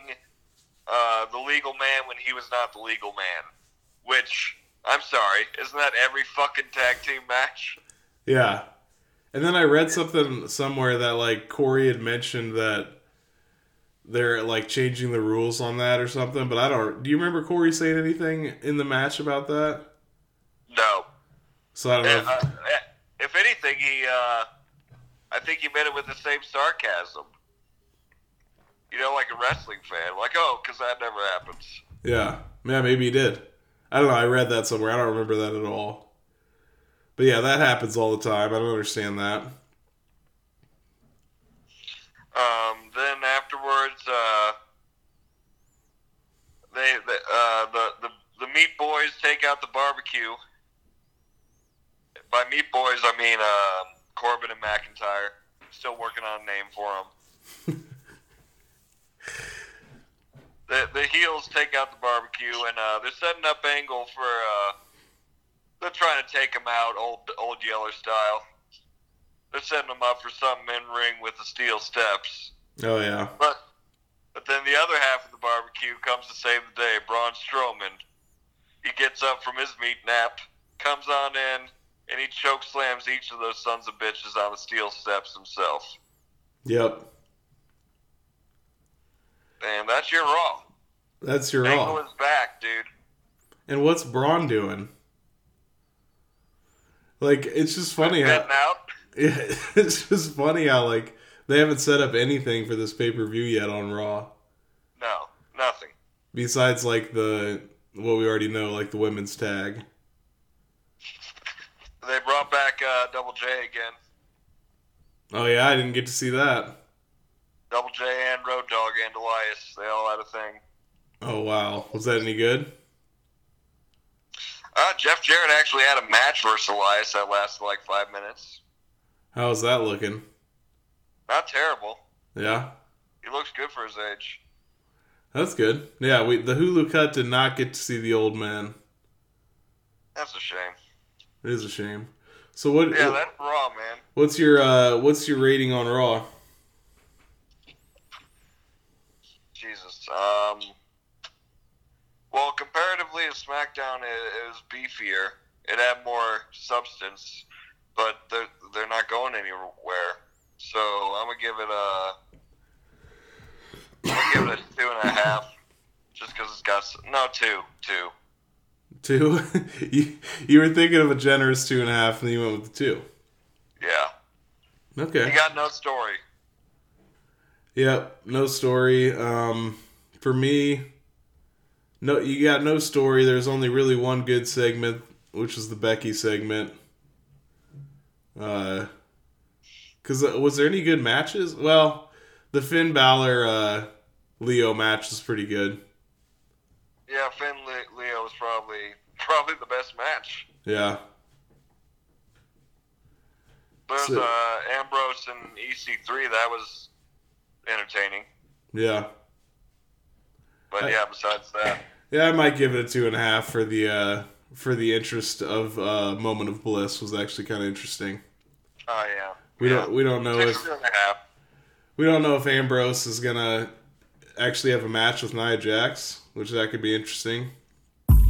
S2: uh, the legal man when he was not the legal man. Which I'm sorry, isn't that every fucking tag team match?
S1: yeah. And then I read something somewhere that like Corey had mentioned that they're like changing the rules on that or something. But I don't. Do you remember Corey saying anything in the match about that?
S2: No.
S1: So I don't know.
S2: Uh,
S1: if-
S2: uh, if anything, he uh, I think he meant it with the same sarcasm. You know, like a wrestling fan, like oh, because that never happens.
S1: Yeah. Yeah, maybe he did. I don't know. I read that somewhere. I don't remember that at all. But yeah, that happens all the time. I don't understand that.
S2: Um, then afterwards, uh, they, the uh, the the the Meat Boys take out the barbecue. By Meat Boys, I mean um Corbin and McIntyre. Still working on a name for them. the the heels take out the barbecue, and uh, they're setting up Angle for. Uh, they're trying to take him out, old old Yeller style. They're setting him up for something in ring with the steel steps.
S1: Oh, yeah.
S2: But but then the other half of the barbecue comes to save the day, Braun Strowman. He gets up from his meat nap, comes on in, and he choke slams each of those sons of bitches on the steel steps himself.
S1: Yep.
S2: And that's your Raw.
S1: That's your
S2: Angle
S1: all.
S2: is back, dude.
S1: And what's Braun doing? Like, it's just funny how.
S2: Getting out.
S1: Yeah, it's just funny how, like, they haven't set up anything for this pay per view yet on Raw.
S2: No, nothing.
S1: Besides, like, the. What we already know, like, the women's tag.
S2: They brought back uh, Double J again.
S1: Oh, yeah, I didn't get to see that.
S2: Double J and Road Dog and Elias. They all had a thing.
S1: Oh, wow. Was that any good?
S2: Uh, Jeff Jarrett actually had a match versus Elias that lasted like five minutes.
S1: How's that looking?
S2: Not terrible.
S1: Yeah.
S2: He looks good for his age.
S1: That's good. Yeah, we the Hulu cut did not get to see the old man.
S2: That's a shame.
S1: It is a shame. So what?
S2: Yeah, that's raw, man.
S1: what's your uh, what's your rating on Raw?
S2: Jesus. Um. Well, comparatively to SmackDown, it, it was beefier. It had more substance, but they're they're not going anywhere. So I'm gonna give it a. I'm gonna give it a two and a half, just because it's got s- no two two.
S1: Two. you, you were thinking of a generous two and a half, and then you went with the two.
S2: Yeah,
S1: Okay.
S2: you got no story.
S1: Yep, no story. Um, for me, No, you got no story. There's only really one good segment, which is the Becky segment. Uh, cause uh, was there any good matches? Well, the Finn Balor uh, Leo match is pretty good.
S2: Yeah, Finn Le- Leo was probably probably the best match.
S1: Yeah,
S2: There's
S1: So-
S2: uh, Ambrose and EC3. That was entertaining.
S1: yeah,
S2: But
S1: I-
S2: yeah, besides that,
S1: yeah. I might give it a two and a half for the uh, for the interest of uh, moment of bliss was actually kind of interesting.
S2: oh yeah.
S1: We
S2: yeah.
S1: don't we don't know
S2: Six
S1: if
S2: two and a half.
S1: we don't know if Ambrose is gonna actually have a match with Nia Jax, which that could be interesting.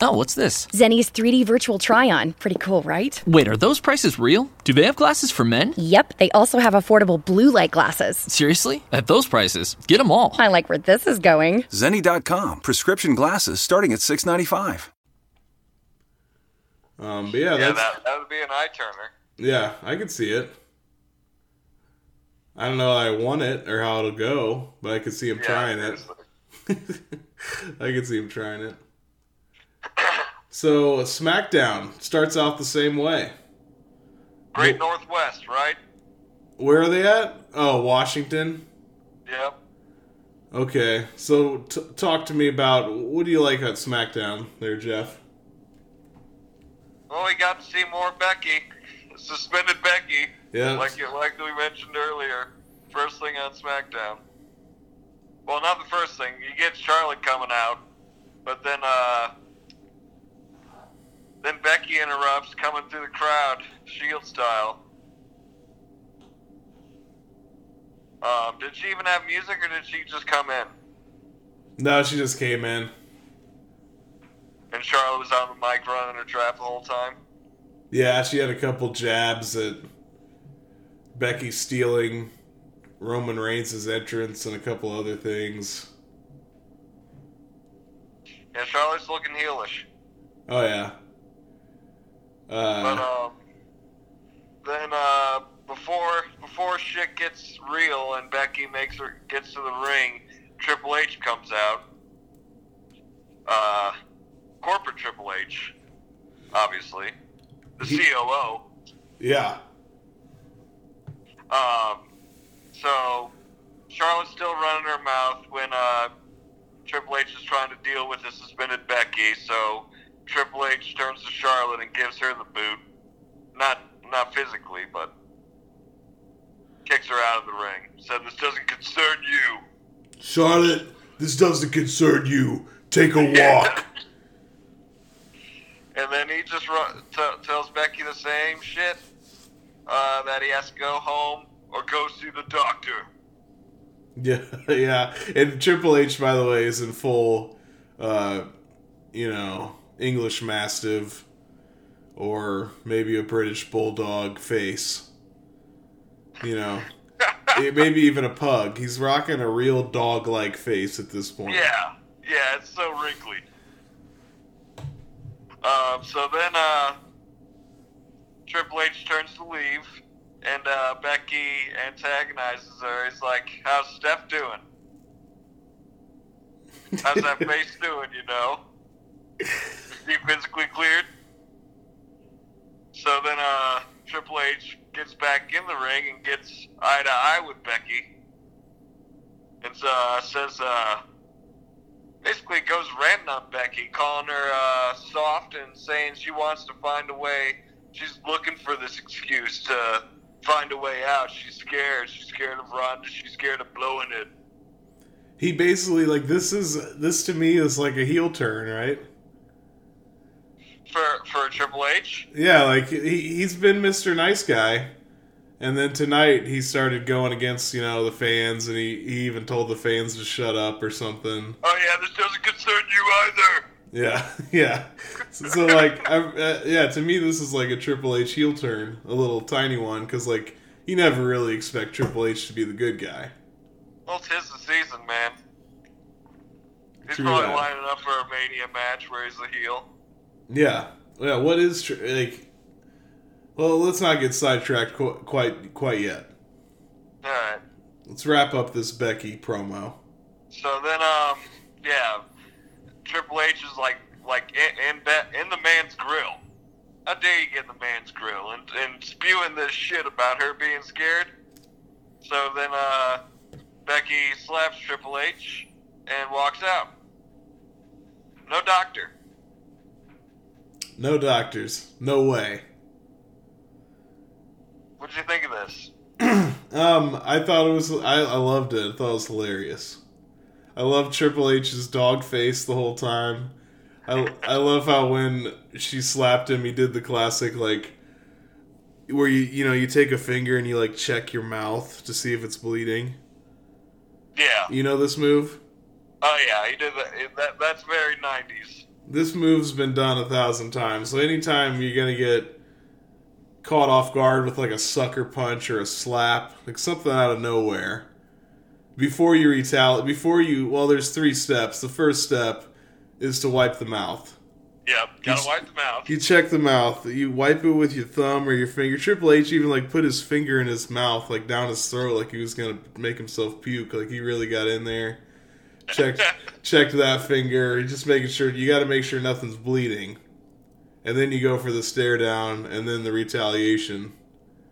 S4: Oh, what's this?
S5: Zenny's 3D virtual try on. Pretty cool, right?
S4: Wait, are those prices real? Do they have glasses for men?
S5: Yep, they also have affordable blue light glasses.
S4: Seriously? At those prices, get them all.
S5: I like where this is going.
S6: Zenni.com. Prescription glasses starting at $6.95.
S1: Um, but yeah,
S2: Yeah,
S1: that's
S2: that that would be an eye turner.
S1: yeah, I could see it. I don't know how I want it or how it'll go, but I could see him
S2: Yeah,
S1: trying it.
S2: seriously.
S1: I could see him trying it. So SmackDown starts off the same way.
S2: Great Northwest, right?
S1: Where are they at? Oh, Washington.
S2: Yep.
S1: Okay, so t- talk to me about what do you like at SmackDown there, Jeff?
S2: Well, we got to see more Becky, suspended Becky.
S1: Yeah.
S2: Like you, like we mentioned earlier, first thing on SmackDown. Well, not the first thing. You get Charlotte coming out, but then uh, then Becky interrupts, coming through the crowd, Shield style. Um, did she even have music, or did she just come in?
S1: No, she just came in.
S2: And Charlotte was on the mic running her trap the whole time.
S1: Yeah, she had a couple jabs at Becky stealing Roman Reigns' entrance and a couple other things.
S2: Yeah, Charlotte's looking heelish.
S1: Oh yeah.
S2: But
S1: Uh,
S2: um, then uh, before before shit gets real and Becky makes her gets to the ring, Triple H comes out. Uh, corporate Triple H, obviously, the COO.
S1: yeah.
S2: Um, so Charlotte's still running her mouth when uh, Triple H is trying to deal with the suspended Becky. So Triple H turns to Charlotte and gives her the boot, not not physically, but kicks her out of the ring. Said this doesn't concern you.
S1: Charlotte, this doesn't concern you. Take a walk.
S2: And then he just run, t- tells Becky the same shit uh, that he has to go home or go see the doctor.
S1: yeah, yeah. And Triple H, by the way, is in full, uh, you know, English Mastiff or maybe a British Bulldog face. You know, It- maybe even a pug. He's rocking a real dog like face at this point.
S2: Yeah, yeah, it's so wrinkly. Um, so then uh, Triple H turns to leave, and uh, Becky antagonizes her. He's like, "How's Steph doing? How's that face doing? You know, is he physically cleared?" So then uh, Triple H gets back in the ring and gets eye to eye with Becky, and uh, says. Uh, basically goes ranting on Becky, calling her uh, soft and saying she wants to find a way. She's looking for this excuse to find a way out. She's scared. She's scared of Ronda. She's scared of blowing it.
S1: He basically like this is this to me is like a heel turn, right?
S2: For for Triple H,
S1: Yeah, like he he's been Mr. Nice Guy, and then tonight he started going against you know the fans, and he, he even told the fans to shut up or something.
S2: oh yeah, this doesn't concern you either.
S1: Yeah, yeah. So, so, like, I, uh, yeah, to me, this is like a Triple H heel turn, a little tiny one, because like you never really expect Triple H to be the good guy.
S2: Well, tis the season, man. He's
S1: True
S2: probably
S1: that.
S2: lining up for a Mania match where he's a heel.
S1: Yeah, yeah. What is tr- like? Well, let's not get sidetracked qu- quite quite yet.
S2: All right.
S1: Let's wrap up this Becky promo.
S2: So then, um, yeah, Triple H is like like in in, that, in the man's grill. How dare you get in the man's grill and, and spewing this shit about her being scared? So then, uh, Becky slaps Triple H and walks out. No doctor.
S1: No doctors. No way.
S2: What did you think of this?
S1: Um, I thought it was. I, I loved it. I thought it was hilarious. I love Triple H's dog face the whole time. I I love how when she slapped him, he did the classic like, where you you know you take a finger and you like check your mouth to see if it's bleeding.
S2: Yeah.
S1: You know this move.
S2: Oh yeah, he did that. that that's very '90s.
S1: This move's been done a thousand times. So anytime you're gonna get caught off guard with like a sucker punch or a slap, like something out of nowhere, before you retaliate, before you well, there's three steps. The first step is to wipe the mouth.
S2: Yep. Gotta wipe the mouth.
S1: You check the mouth. You wipe it with your thumb or your finger. Triple H even like put his finger in his mouth, like down his throat, like he was gonna make himself puke. Like he really got in there. Checked checked that finger. Just making sure you got to make sure nothing's bleeding, and then you go for the stare down and then the retaliation.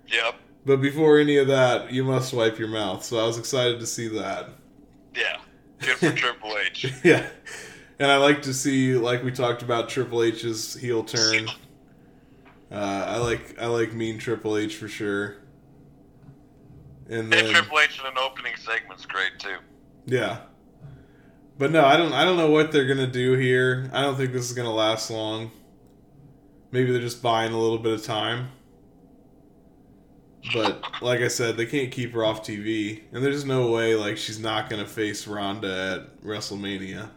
S2: Yep.
S1: But before any of that, you must wipe your mouth. So I was excited to see that.
S2: Yeah. Good for Triple H.
S1: Yeah. And I like to see, like we talked about, Triple H's heel turn. Uh, I like I like Mean Triple H for sure. And
S2: And
S1: then
S2: Triple H in an opening segment's great too.
S1: yeah, but no, I don't I don't know what they're gonna do here. I don't think this is gonna last long. Maybe they're just buying a little bit of time. But like I said, they can't keep her off TV, and there's no way like she's not gonna face Ronda at WrestleMania.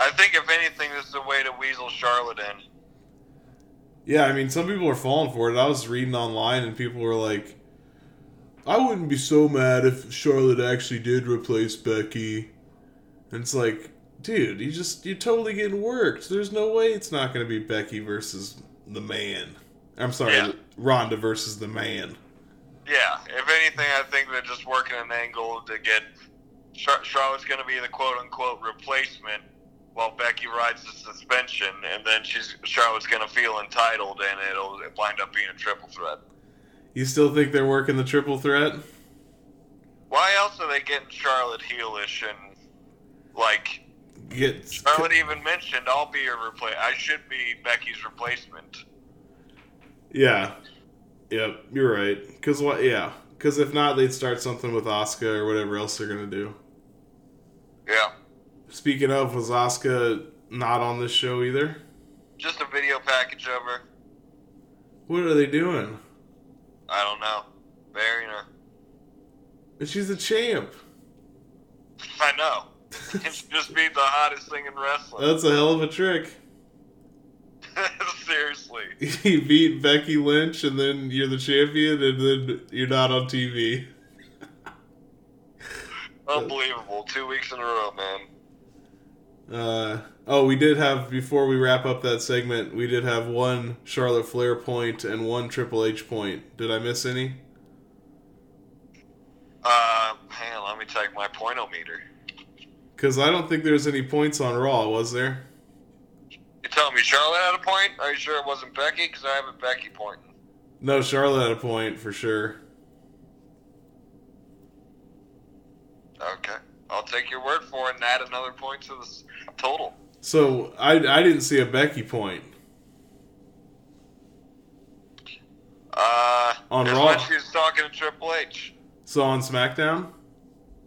S2: I think if anything, this is a way to weasel Charlotte in.
S1: Yeah, I mean, some people are falling for it. I was reading online and people were like, I wouldn't be so mad if Charlotte actually did replace Becky. And it's like, dude, you just, you're totally getting worked. There's no way it's not going to be Becky versus the man. I'm sorry,
S2: Yeah.
S1: Ronda versus the man.
S2: Yeah, if anything, I think they're just working an angle to get Char- Charlotte's going to be the quote unquote replacement while Becky rides the suspension, and then she's Charlotte's going to feel entitled, and it'll wind up being a triple threat.
S1: You still think they're working the triple threat?
S2: Why else are they getting Charlotte heelish and like
S1: Get
S2: Charlotte even mentioned I'll be your repla I should be Becky's replacement.
S1: Yeah. Yep, you're right. Because what? Yeah. Because if not, they'd start something with Asuka or whatever else they're going to do.
S2: Yeah.
S1: Speaking of, was Asuka not on this show either?
S2: Just a video package of her.
S1: What are they doing?
S2: I don't know. Burying her.
S1: She's a champ.
S2: I know. It's just be the hottest thing in wrestling.
S1: That's a hell of a trick. Oh.
S2: Seriously.
S1: You beat Becky Lynch, and then you're the champion, and then you're not on TV.
S2: Unbelievable. Two weeks in a row, man.
S1: Uh, oh, we did have before we wrap up that segment. We did have one Charlotte Flair point and one Triple H point. Did I miss any?
S2: Uh, hang on, let me check my pointometer.
S1: Because I don't think there's any points on Raw, was there?
S2: You telling me Charlotte had a point? Are you sure it wasn't Becky? Because I have a Becky pointing.
S1: No, Charlotte had a point for sure.
S2: Okay. I'll take your word for it and add another point to this total.
S1: So I I didn't see a Becky point.
S2: Uh,
S1: On
S2: it's
S1: Raw.
S2: when she was talking to Triple H.
S1: So on SmackDown.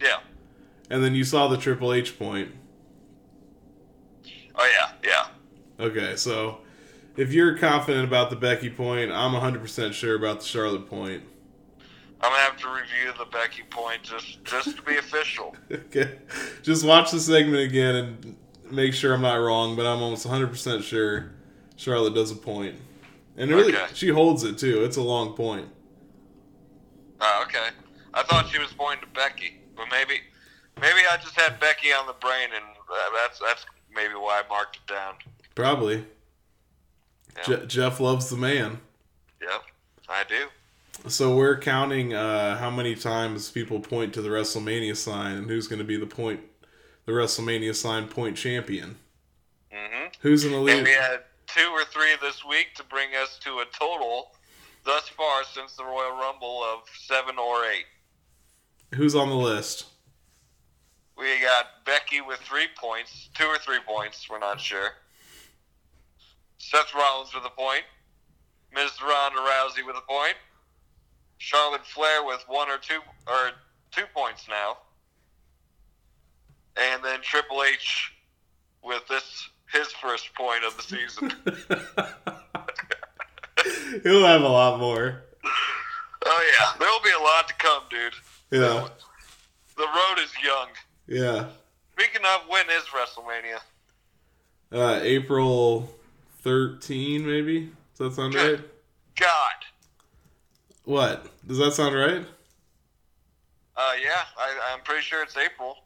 S2: Yeah.
S1: And then you saw the Triple H point.
S2: Oh, yeah, yeah.
S1: Okay, so if you're confident about the Becky point, I'm 100% sure about the Charlotte point.
S2: I'm gonna have to review the Becky point just just to be official.
S1: Okay. Just watch the segment again and make sure I'm not wrong, but I'm almost 100% sure Charlotte does a point. And really,
S2: Okay.
S1: she holds it too. It's a long point.
S2: Oh, okay. I thought she was pointing to Becky, but maybe, maybe I just had Becky on the brain, and uh, that's that's maybe why I marked it down.
S1: Probably.
S2: Yeah.
S1: Je- Jeff loves the man.
S2: Yep, I do.
S1: So we're counting uh, how many times people point to the WrestleMania sign and who's going to be the point, the WrestleMania sign point champion.
S2: hmm
S1: Who's in the
S2: And
S1: lead?
S2: we had two or three this week to bring us to a total thus far since the Royal Rumble of seven or eight.
S1: Who's on the list?
S2: We got Becky with three points, two or three points, we're not sure. Seth Rollins with a point. Ms. Ronda Rousey with a point. Charlotte Flair with one or two or two points now. And then Triple H with this his first point of the season.
S1: He'll have a lot more.
S2: oh yeah, there will be a lot to come, dude.
S1: Yeah,
S2: The road is young.
S1: yeah.
S2: Speaking of, when is WrestleMania?
S1: Uh, April thirteen, maybe. Does that sound right?
S2: God.
S1: What does that sound right?
S2: Uh, yeah, I, I'm pretty sure it's April.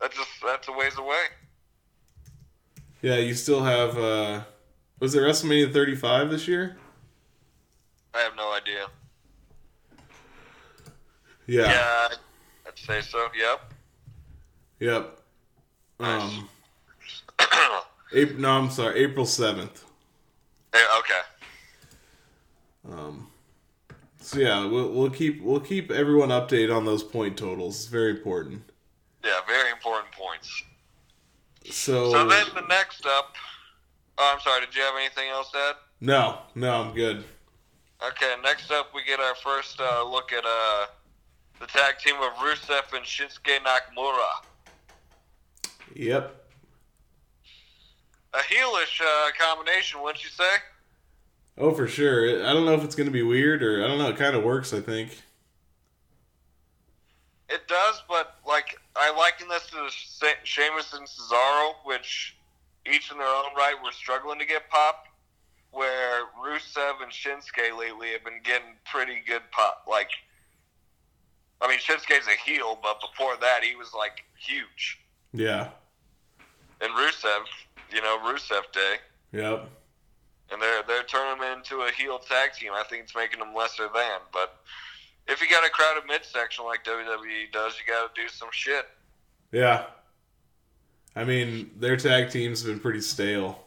S2: That's just that's a ways away.
S1: Yeah, you still have. uh Was it WrestleMania thirty five this year?
S2: I have no idea.
S1: Yeah.
S2: Yeah, I'd say so. Yep.
S1: Yep. Um. April, no, I'm sorry. April seventh.
S2: Yeah, okay.
S1: Um. So yeah, we'll, we'll keep we'll keep everyone updated on those point totals. It's very important.
S2: Yeah, very important points.
S1: So,
S2: So then the next up. Oh, I'm sorry. Did you have anything else, Dad?
S1: no, no, I'm good.
S2: Okay. Next up, we get our first uh, look at uh, the tag team of Rusev and Shinsuke Nakamura.
S1: Yep.
S2: A heelish uh, combination, wouldn't you say?
S1: Oh, for sure. It- I don't know if it's gonna be weird or I don't know. It kind of works. I think.
S2: It does, but like I liken this to the Se- Sheamus and Cesaro, which each in their own right were struggling to get pop. Where Rusev and Shinsuke lately have been getting pretty good pop. Like, I mean, Shinsuke's a heel, but before that, he was like huge.
S1: Yeah.
S2: And Rusev, you know, Rusev Day,
S1: Yep.
S2: and they're they're turning him into a heel tag team. I think it's making them lesser than. But if you got a crowded midsection like WWE does, you got to do some shit.
S1: Yeah. I mean, their tag team's been pretty stale.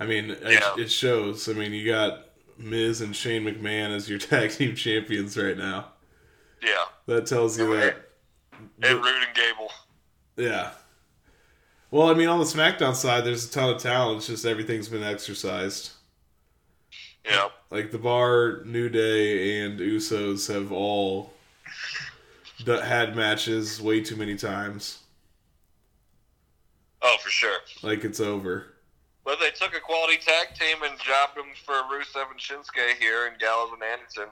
S1: I mean,
S2: Yeah.
S1: it, it shows. I mean, you got Miz and Shane McMahon as your tag team champions right now.
S2: Yeah.
S1: That tells you that.
S2: And Rude and Gable.
S1: Yeah. Well, I mean, on the SmackDown side, there's a ton of talent. It's just everything's been exercised.
S2: Yeah.
S1: Like the Bar, New Day, and Usos have all d- had matches way too many times.
S2: Oh, for sure.
S1: Like it's over.
S2: But they took a quality tag team and jobbed them for Rusev and Shinsuke here and Gallows and Anderson.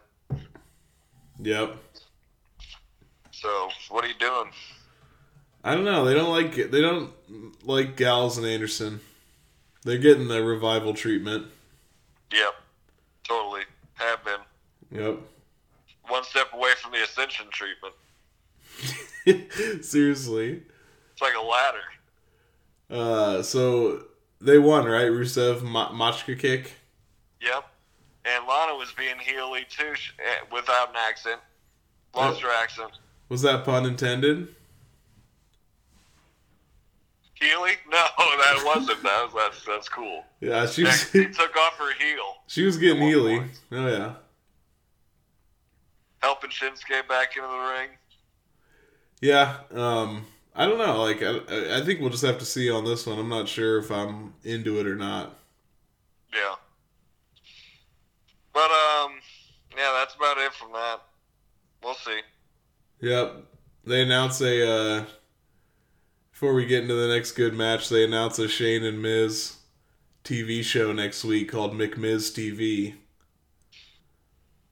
S1: Yep.
S2: So what are you doing?
S1: I don't know. They don't like they don't like Gals and Anderson. They're getting the revival treatment.
S2: Yep. Totally. Have been.
S1: Yep.
S2: One step away from the ascension treatment.
S1: Seriously.
S2: It's like a ladder.
S1: Uh, so they won, right? Rusev ma- Machka kick.
S2: Yep. And Lana was being heely too sh- eh, without an accent. Lost her accent.
S1: Was that pun intended?
S2: Heely? No, that wasn't. That was, that's, that's cool.
S1: Yeah, she was,
S2: She took off her heel.
S1: she was getting
S2: One
S1: healy.
S2: point.
S1: Oh yeah.
S2: helping Shinsuke back into the ring.
S1: Yeah. Um, I don't know. Like I, I think we'll just have to see on this one. I'm not sure if I'm into it or not.
S2: Yeah. But um, yeah, that's about it from that. We'll see.
S1: Yep. They announce a uh before we get into the next good match, they announce a Shane and Miz TV show next week called McMiz TV.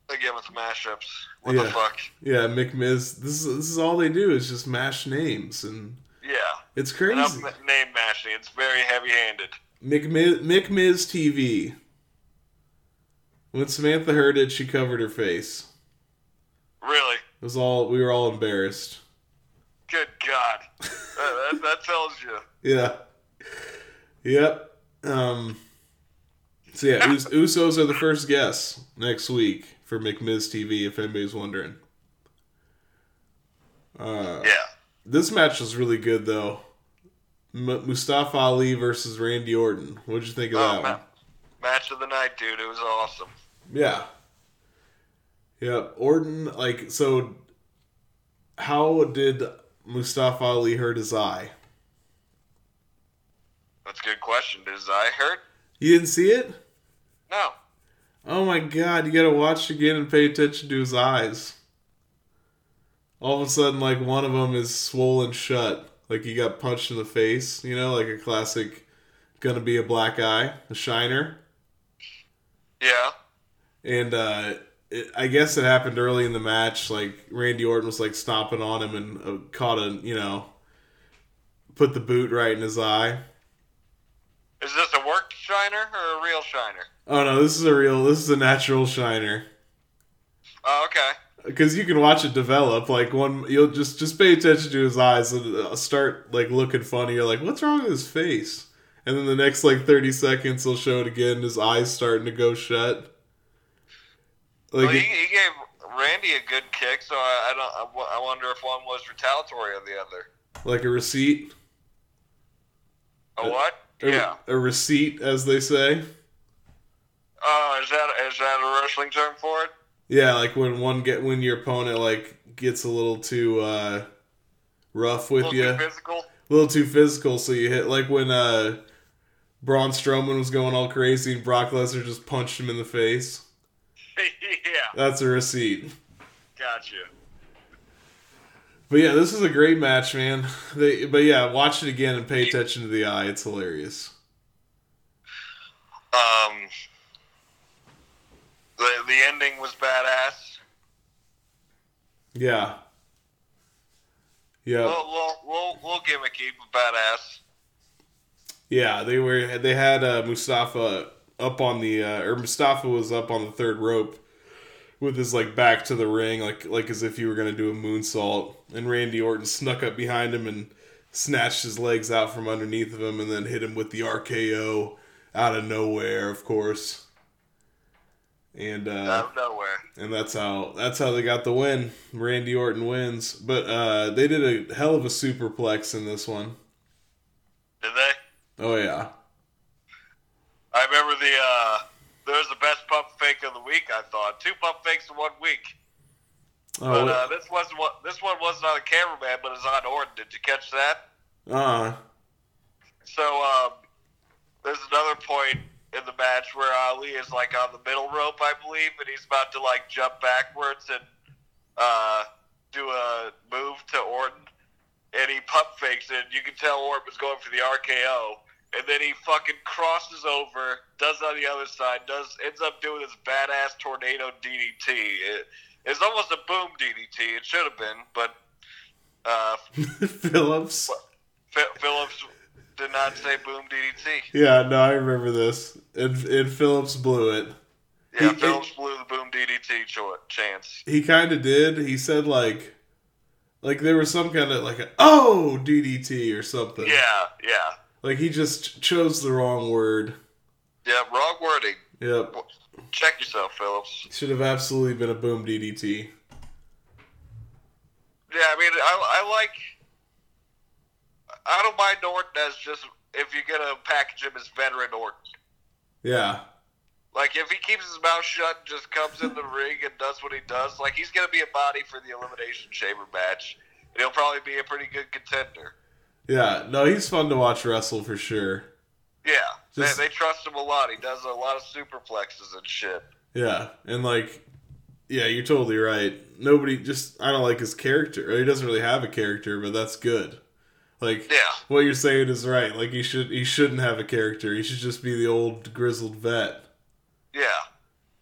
S2: Again with the mashups. What the
S1: Yeah.
S2: fuck?
S1: Yeah, McMiz. This is this is all they do is just mash names and
S2: Yeah.
S1: It's crazy.
S2: Enough ma- name mashing. It's very heavy handed.
S1: McMiz, McMiz TV. When Samantha heard it, she covered her face.
S2: Really?
S1: It was all we were all embarrassed.
S2: Good God. that, that, that tells you.
S1: Yeah. Yep. Um. So yeah, Us- Usos are the first guests next week for McMiz TV. If anybody's wondering, Uh.
S2: yeah.
S1: this match was really good though. M- Mustafa Ali versus Randy Orton. What'd you think of
S2: Oh,
S1: that
S2: ma-
S1: one?
S2: match of the night, dude. It was awesome.
S1: Yeah. Yep. Orton, like, so how did Mustafa Ali hurt his eye?
S2: That's a good question. Did his eye hurt?
S1: You didn't see it?
S2: No.
S1: Oh my god, you gotta watch again and pay attention to his eyes. All of a sudden, like, one of them is swollen shut. Like, he got punched in the face, you know, like a classic gonna be a black eye, a shiner.
S2: Yeah.
S1: And uh, it, I guess it happened early in the match. Like Randy Orton was like stomping on him and uh, caught a you know, put the boot right in his eye.
S2: Is this a work shiner or a real shiner?
S1: Oh no, this is a real. This is a natural shiner
S2: Oh, okay.
S1: because you can watch it develop. Like one, you'll just just pay attention to his eyes and uh, start like looking funny. You're like, what's wrong with his face? And then the next like thirty seconds, he'll show it again. His eyes starting to go shut. Like
S2: well,
S1: it-
S2: he, he gave Randy a good kick, so I, I don't. I wo- I wonder if one was retaliatory of the other.
S1: like a receipt. Uh,
S2: A what?
S1: A-
S2: yeah.
S1: a receipt, as they say.
S2: Oh, is that is that a wrestling term for it?
S1: Yeah, like when one get when your opponent like gets a little too uh rough
S2: A
S1: with
S2: little
S1: you,
S2: too physical.
S1: a little too physical, so you hit like when uh Braun Strowman was going all crazy and Brock Lesnar just punched him in the face.
S2: yeah.
S1: That's a receipt.
S2: Gotcha.
S1: But yeah, this is a great match, man. They but yeah, watch it again and pay attention to the eye. It's hilarious.
S2: Um. The the ending was badass.
S1: Yeah. Yeah.
S2: Little, little, little, little gimmicky, but badass.
S1: Yeah, they were. They had uh, Mustafa up on the, uh, or Mustafa was up on the third rope with his like back to the ring, like like as if he were gonna do a moonsault. And Randy Orton snuck up behind him and snatched his legs out from underneath of him, and then hit him with the RKO out of nowhere, of course. And uh,
S2: Out of nowhere.
S1: and that's how that's how they got the win. Randy Orton wins, but uh, they did a hell of a superplex in this one.
S2: Did they?
S1: Oh yeah.
S2: I remember the uh, there was the best pump fake of the week. I thought two pump fakes in one week.
S1: Oh,
S2: But uh, this was what this one wasn't on the cameraman, but it's on Orton. Did you catch that?
S1: uh
S2: So um, there's another point in the match where Ali is like on the middle rope, I believe, and he's about to like jump backwards and uh, do a move to Orton, and he pump fakes it. You can tell Orton was going for the RKO, and then he fucking crosses over, does it on the other side, does ends up doing this badass tornado DDT. It, it's almost a boom DDT. It should have been, but uh,
S1: Phillips.
S2: Phil- Phillips did not say boom DDT.
S1: Yeah, no, I remember this. And and Phillips blew it.
S2: Yeah,
S1: He-
S2: Phillips blew the boom DDT cho- chance.
S1: He kind of did. He said like, like there was some kind of like a oh DDT or something.
S2: Yeah, yeah,
S1: Like he just ch- chose the wrong word.
S2: yeah. Wrong wording.
S1: Yep.
S2: Check yourself, Phillips.
S1: Should have absolutely been a boom DDT.
S2: Yeah, I mean, I, I like. I don't mind Orton as just if you're gonna package him as veteran Orton.
S1: Yeah.
S2: Like if he keeps his mouth shut, and just comes in the ring and does what he does. Like he's gonna be a body for the elimination chamber match. And he'll probably be a pretty good contender.
S1: Yeah. No, he's fun to watch wrestle for sure.
S2: Yeah,
S1: Just-
S2: they, they trust him a lot. He does a lot of superplexes and shit.
S1: Yeah, and like, yeah, you're totally right. Nobody just I don't like his character. He doesn't really have a character, but that's good. Like,
S2: Yeah.
S1: what you're saying is right. Like, he should he shouldn't have a character. He should just be the old grizzled vet
S2: Yeah,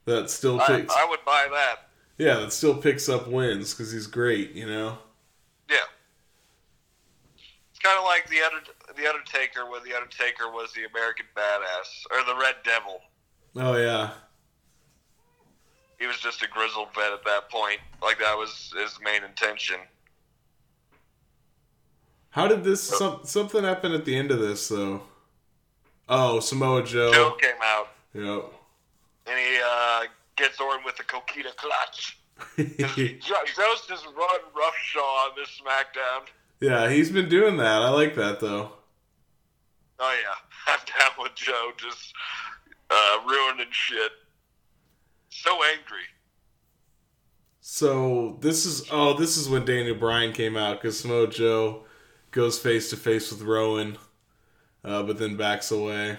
S1: that still
S2: I,
S1: picks.
S2: I would buy that.
S1: yeah, that still picks up wins because he's great. You know.
S2: Yeah. It's kind of like the other the Undertaker when the Undertaker was the American Badass or the Red Devil.
S1: Oh yeah.
S2: He was just a grizzled vet at that point. Like that was his main intention.
S1: How did this some, something happen at the end of this though? Oh, Samoa Joe.
S2: Joe came out
S1: Yep.
S2: and he uh, gets Orton with the Coquita clutch. Jo- Joe's just run roughshod on this SmackDown.
S1: yeah, he's been doing that. I like that though.
S2: Oh yeah, I'm down with Joe. Just uh, ruining shit. So angry.
S1: So this is oh this is when Daniel Bryan came out because Samoa Joe goes face to face with Rowan, uh, but then backs away.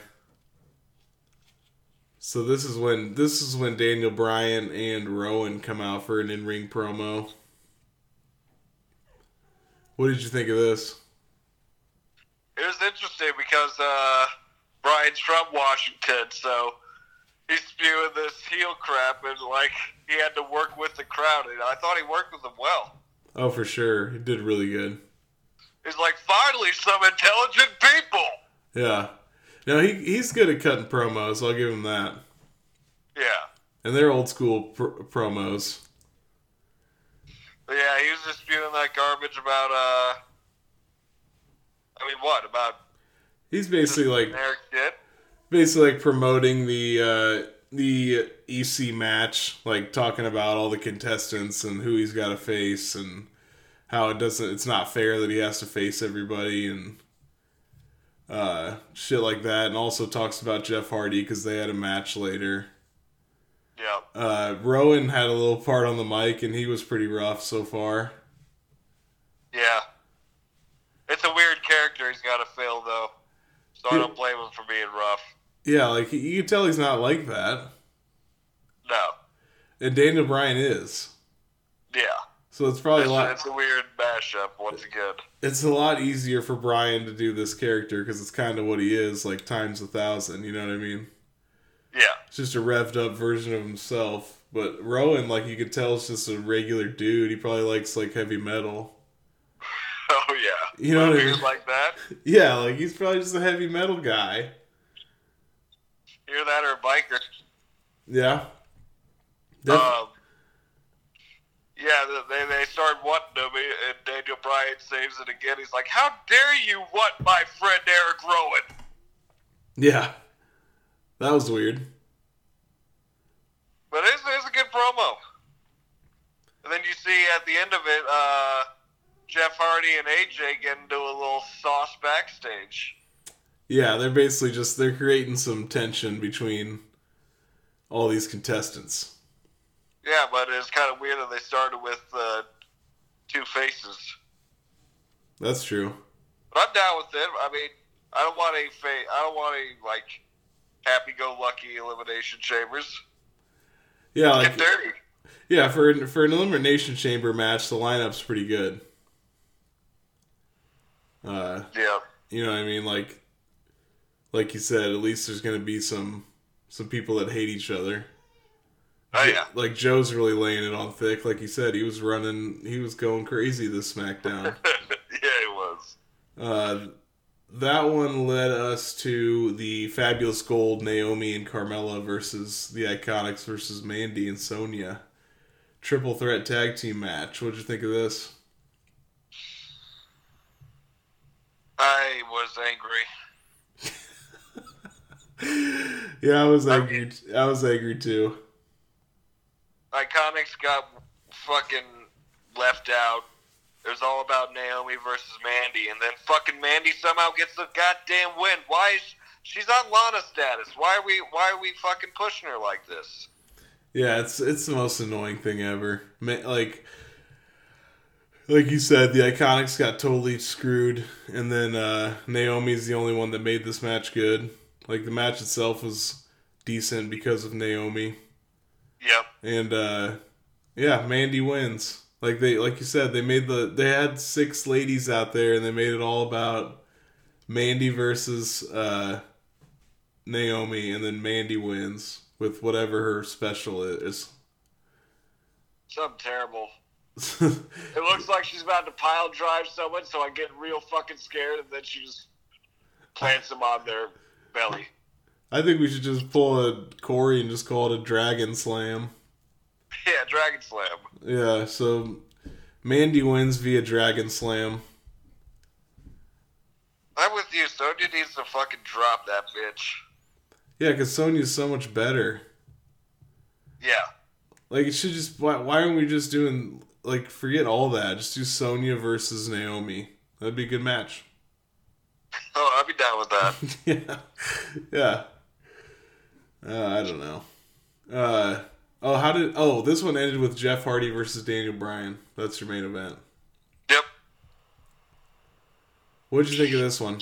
S1: So this is when this is when Daniel Bryan and Rowan come out for an in ring promo. What did you think of this?
S2: It was interesting because uh, Brian's from Washington, so he's spewing this heel crap, and like he had to work with the crowd, and I thought he worked with them well.
S1: Oh, for sure, it did really good.
S2: He's like, finally, some intelligent people.
S1: Yeah, no, he he's good at cutting promos. I'll give him that.
S2: Yeah,
S1: And they're old school pr- promos.
S2: But yeah. He was just spewing that garbage about. uh I mean, what about
S1: He's basically like
S2: generic shit?
S1: basically like promoting the uh, the EC match, like talking about all the contestants and who he's got to face and how it doesn't. It's not fair that he has to face everybody and uh, shit like that. And also talks about Jeff Hardy because they had a match later.
S2: Yeah.
S1: Uh, Rowan had a little part on the mic and he was pretty rough so far.
S2: Yeah. It's a weird character he's got to fill, though. So I don't blame him for being rough.
S1: Yeah, like you can tell he's not like that.
S2: No.
S1: And Daniel Bryan is.
S2: Yeah.
S1: So it's probably a
S2: It's,
S1: lot.
S2: it's a weird mashup, once again.
S1: it's a lot easier for Brian to do this character because it's kind of what he is, like times a thousand. You know what I mean?
S2: Yeah.
S1: It's just a revved up version of himself. But Rowan, like you could tell, is just a regular dude. He probably likes like heavy metal.
S2: Oh, yeah.
S1: You know what I
S2: Weird
S1: mean?
S2: like that?
S1: Yeah, like he's probably just a heavy metal guy.
S2: Either that or a biker.
S1: Yeah. Def-
S2: Um, yeah, th- they, they start wanting him, and Daniel Bryan saves it again. He's like, How dare you want my friend Eric Rowan?
S1: yeah. That was weird.
S2: But it's, it's a good promo. And then you see at the end of it, uh, Jeff Hardy and AJ get into a little sauce backstage.
S1: Yeah, they're basically just they're creating some tension between all these contestants.
S2: Yeah, but it's kind of weird that they started with uh, two faces.
S1: That's true.
S2: But I'm down with it. I mean, I don't want a fa- I don't want a like happy-go-lucky elimination chambers.
S1: Yeah, like
S2: Get dirty.
S1: Yeah, for an, for an elimination chamber match, the lineup's pretty good. Uh,
S2: Yeah.
S1: you know what I mean? Like, like you said, at least there's gonna be some some people that hate each other.
S2: Oh yeah.
S1: Like Joe's really laying it on thick. Like you said, he was running, he was going crazy this SmackDown.
S2: yeah, it was.
S1: uh, that one led us to the Fabulous Gold, Naomi and Carmella versus the Iconics versus Mandy and Sonya. Triple threat tag team match. What'd you think of this?
S2: I was angry.
S1: Yeah, I was angry. I was angry too.
S2: Iconics got fucking left out. It was all about Naomi versus Mandy, and then fucking Mandy somehow gets the goddamn win. Why is she's on Lana status? Why are we why are we fucking pushing her like this?
S1: Yeah, it's it's the most annoying thing ever. Ma- Like, like you said, the Iconics got totally screwed, and then uh, Naomi's the only one that made this match good. Like the match itself was decent because of Naomi,
S2: Yep.
S1: and uh, yeah, Mandy wins. Like they like you said, they made the they had six ladies out there, and they made it all about Mandy versus uh, Naomi, and then Mandy wins with whatever her special is.
S2: Something terrible. It looks like she's about to pile drive someone, so I get real fucking scared, and then she just plants them on their belly.
S1: I think we should just pull a Corey and just call it a Dragon Slam.
S2: Yeah, Dragon Slam.
S1: Yeah, so Mandy wins via Dragon Slam.
S2: I'm with you. Sonya needs to fucking drop that bitch.
S1: Yeah, because Sonya's so much better.
S2: Yeah.
S1: Like, it should just. Why, why aren't we just doing. Like, forget all that. Just do Sonya versus Naomi. That'd be a good match.
S2: Oh, I'd be down with that.
S1: yeah. Yeah. Uh, I don't know. Uh, oh, how did. Oh, this one ended with Jeff Hardy versus Daniel Bryan. That's your main event.
S2: yep.
S1: What'd you think of this one?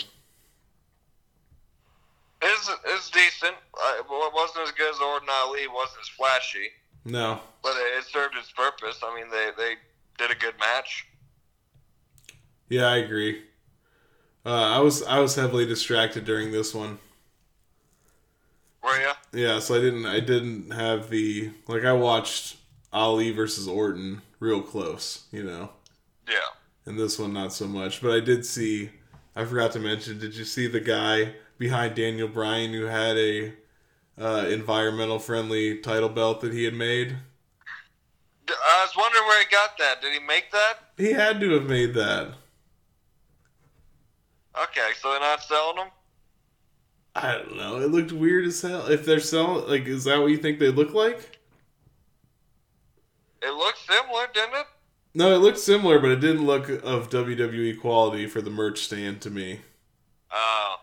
S2: It's, it's decent. I, well, it wasn't as good as Orton Ali. It wasn't as flashy,
S1: No.
S2: but it, it served its purpose. I mean, they, they did a good match.
S1: Yeah, I agree. Uh, I was I was heavily distracted during this one.
S2: Were ya?
S1: Yeah, so I didn't I didn't have the like I watched Ali versus Orton real close, you know.
S2: Yeah.
S1: And this one not so much, but I did see I forgot to mention, did you see the guy behind Daniel Bryan who had a uh, environmental friendly title belt that he had made?
S2: D- I was wondering where he got that. Did he make that?
S1: He had to have made that.
S2: Okay, so they're not selling them?
S1: I don't know. It looked weird as hell. If they're selling like is that what you think they look like?
S2: It looked similar, didn't it?
S1: No, it looked similar, but it didn't look of WWE quality for the merch stand to me.
S2: Oh.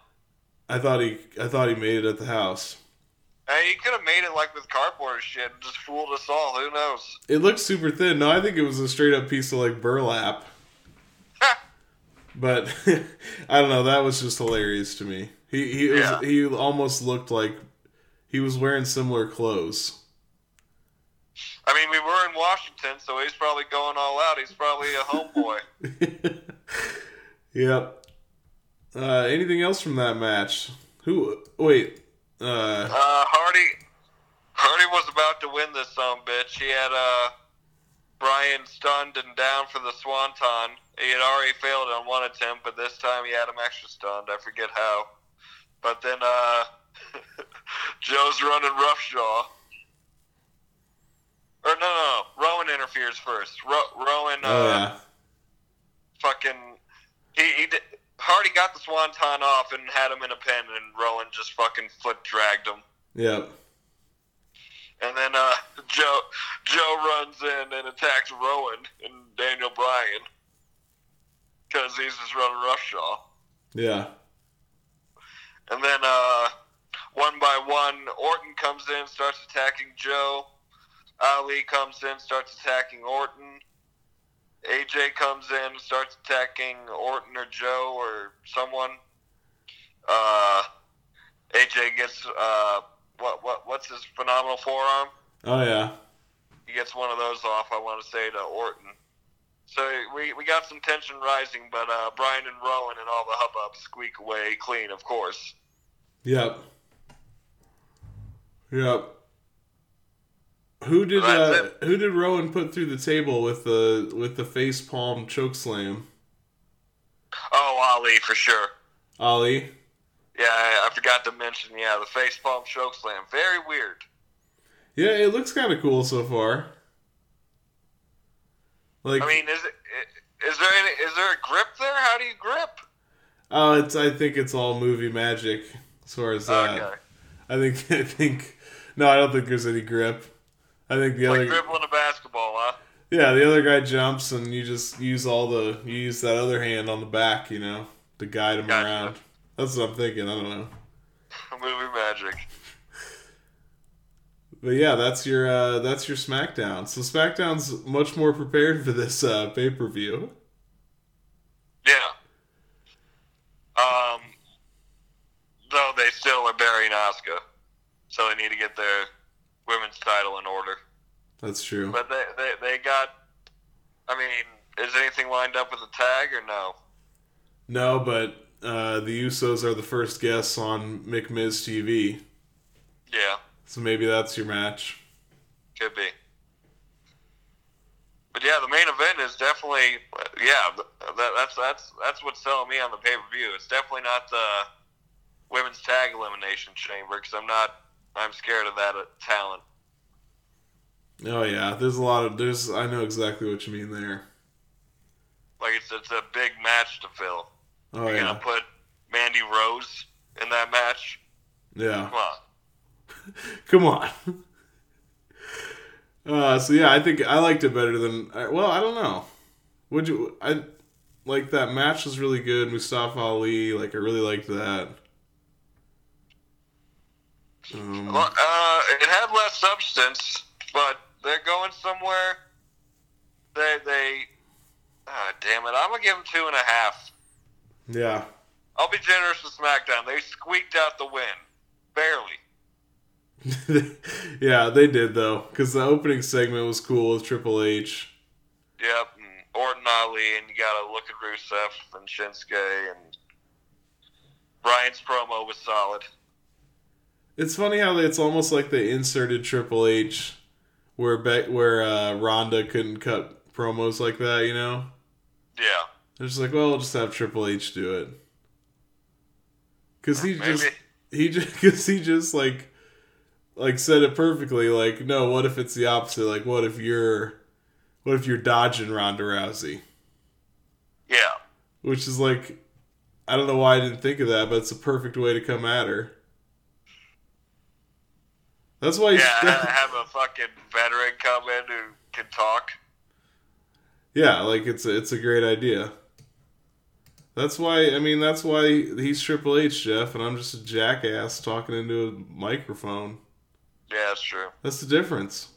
S1: I thought he, I thought he made it at the house.
S2: Hey, he could have made it like with cardboard and shit and just fooled us all. Who knows?
S1: It looked super thin. No, I think it was a straight up piece of like burlap. But I don't know. That was just hilarious to me. He he
S2: Yeah.
S1: was, he almost looked like he was wearing similar clothes.
S2: I mean, we were in Washington, so he's probably going all out. He's probably a homeboy.
S1: Yep. Uh, anything else from that match? Who? Wait. Uh,
S2: Uh, Hardy, Hardy was about to win this son of a bitch. He had uh, Brian stunned and down for the Swanton. He had already failed on one attempt, but this time he had him extra stunned. I forget how. But then uh, Joe's running roughshaw. Or no, no, no. Rowan interferes first. Ro- Rowan uh,
S1: oh yeah.
S2: fucking he, he did, Hardy got the Swanton off and had him in a pin, and Rowan just fucking foot dragged him.
S1: Yep.
S2: And then uh, Joe Joe runs in and attacks Rowan and Daniel Bryan because he's just running roughshaw.
S1: Yeah.
S2: And then uh, one by one, Orton comes in, starts attacking Joe. Ali comes in, starts attacking Orton. AJ comes in, starts attacking Orton or Joe or someone. Uh, AJ gets uh, what what what's his phenomenal forearm?
S1: Oh yeah.
S2: he gets one of those off. I want to say to Orton. So we, we got some tension rising, but uh, Brian and Rowan and all the hubbub squeak away clean, of course.
S1: Yep. Yep. Who did
S2: That's
S1: uh, who did Rowan put through the table with the with the face palm choke slam?
S2: Oh, Ali for sure.
S1: Ali.
S2: Yeah, I, I forgot to mention. Yeah, the face palm choke slam. Very weird.
S1: Yeah, it looks kind of cool so far. Like,
S2: I mean, is it? i- Is there any, is there a grip there? How do you grip?
S1: oh, it's I think it's all movie magic as far as that.
S2: Okay,
S1: I think I think no, I don't think there's any grip. I think the
S2: like
S1: other
S2: dribbling a basketball, huh?
S1: yeah, the other guy jumps and you just use all the you use that other hand on the back, you know, to guide him
S2: Gotcha.
S1: around. That's what I'm thinking. I don't know.
S2: Movie magic.
S1: But yeah, that's your uh, that's your SmackDown. So SmackDown's much more prepared for this uh, pay per view.
S2: Yeah. Um. Though they still are burying Asuka, so they need to get their women's title in order.
S1: That's true.
S2: But they they, they got. I mean, is anything lined up with a tag or no?
S1: No, but uh, the Usos are the first guests on McMiz TV,
S2: Yeah,
S1: so maybe that's your match.
S2: could be. But But yeah, the main event is definitely yeah. That, that's that's that's what's selling me on the pay per view. It's definitely not the women's tag elimination chamber because I'm not. I'm scared of that uh, talent.
S1: Oh yeah, there's a lot of there's. I know exactly what you mean there.
S2: Like it's it's a big match to fill.
S1: Oh
S2: You're
S1: yeah,
S2: gonna put Mandy Rose in that match?
S1: yeah.
S2: Come on.
S1: Come on. Uh, so yeah, I think I liked it better than. I- Well, I don't know. Would you? I like that match was really good. Mustafa Ali, like I really liked that. Um,
S2: Well, uh, it had less substance, but they're going somewhere. They they. Ah, damn it! I'm gonna give them two and a half.
S1: yeah,
S2: I'll be generous with SmackDown. They squeaked out the win, barely.
S1: yeah, they did though, because the opening segment was cool with Triple H.
S2: Yep, and Orton Ali, and you gotta look at Rusev and Shinsuke, and Brian's promo was solid.
S1: It's funny how it's almost like they inserted Triple H, where Be- where uh, Ronda couldn't cut promos like that. You know,
S2: Yeah,
S1: They're just like, well, we'll just have Triple H do it, because he
S2: Maybe.
S1: just he just because he just like like said it perfectly. Like, no, what if it's the opposite? Like, what if you're what if you're dodging Ronda Rousey?
S2: yeah.
S1: Which is like, I don't know why I didn't think of that, but it's a perfect way to come at her. That's why.
S2: Yeah, I
S1: Yeah,
S2: have a fucking veteran come in who can talk.
S1: yeah, like it's a, it's a great idea. That's why I mean that's why he's Triple H, Jeff, and I'm just a jackass talking into a microphone.
S2: Yeah, that's true.
S1: That's the difference.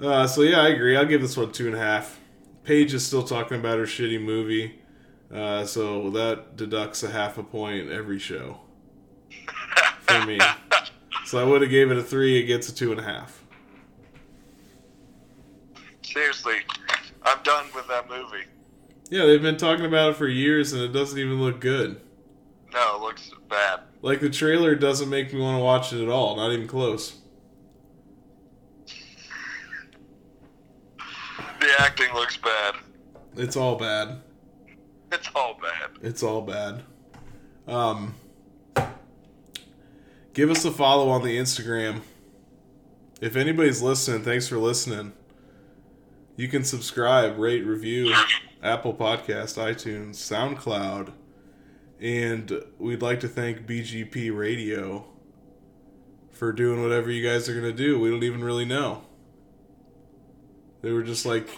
S1: Uh, so yeah, I agree. I'll give this one two and a half. Paige is still talking about her shitty movie, uh, so that deducts a half a point every show for me. so I would have gave it a three. It gets a two and a half.
S2: Seriously, I'm done with that movie.
S1: Yeah, they've been talking about it for years, and it doesn't even look good.
S2: No, it looks bad.
S1: Like the trailer doesn't make me want to watch it at all. Not even close.
S2: The acting looks bad.
S1: It's all bad.
S2: It's all bad.
S1: It's all bad. Um, give us a follow on the Instagram. If anybody's listening, thanks for listening. You can subscribe, rate, review, Apple Podcast, iTunes, SoundCloud, and we'd like to thank BGP Radio for doing whatever you guys are gonna do. We don't even really know. They were just like,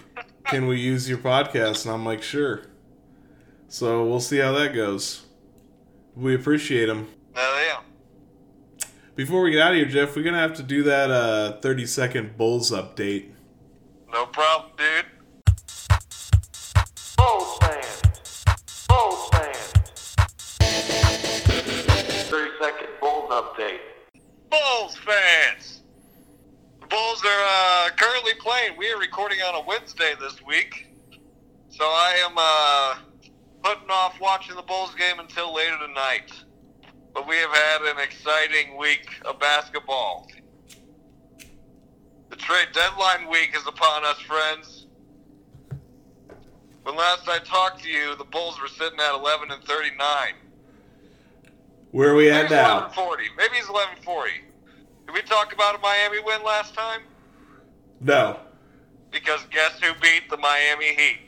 S1: "Can we use your podcast?" And I'm like, "Sure." So we'll see how that goes. We appreciate them.
S2: No, yeah.
S1: Before we get out of here, Jeff, we're gonna have to do that uh, thirty second Bulls update.
S2: No problem, dude. Bulls fans. The Bulls are uh, currently playing. We are recording on a Wednesday this week, so I am uh, putting off watching the Bulls game until later tonight. But we have had an exciting week of basketball. The trade deadline week is upon us, friends. When last I talked to you, the Bulls were sitting at 11 and 39.
S1: Where are we at
S2: Maybe
S1: now?
S2: it's 1140. Maybe it's 1140. Did we talk about a Miami win last time?
S1: No.
S2: Because guess who beat the Miami Heat?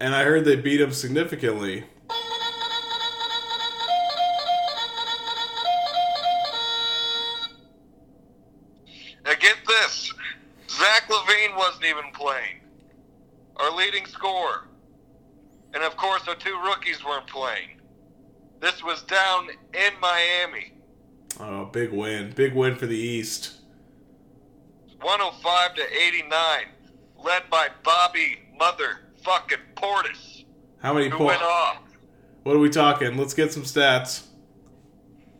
S1: And I heard they beat them significantly.
S2: Now get this. Zach Levine wasn't even playing. Our leading scorer. And of course, our two rookies weren't playing. This was down in Miami.
S1: Oh, big win! Big win for the East.
S2: 105 to 89. Led by Bobby Motherfucking Portis.
S1: How many
S2: Who went
S1: points?
S2: off.
S1: What are we talking? Let's get some stats.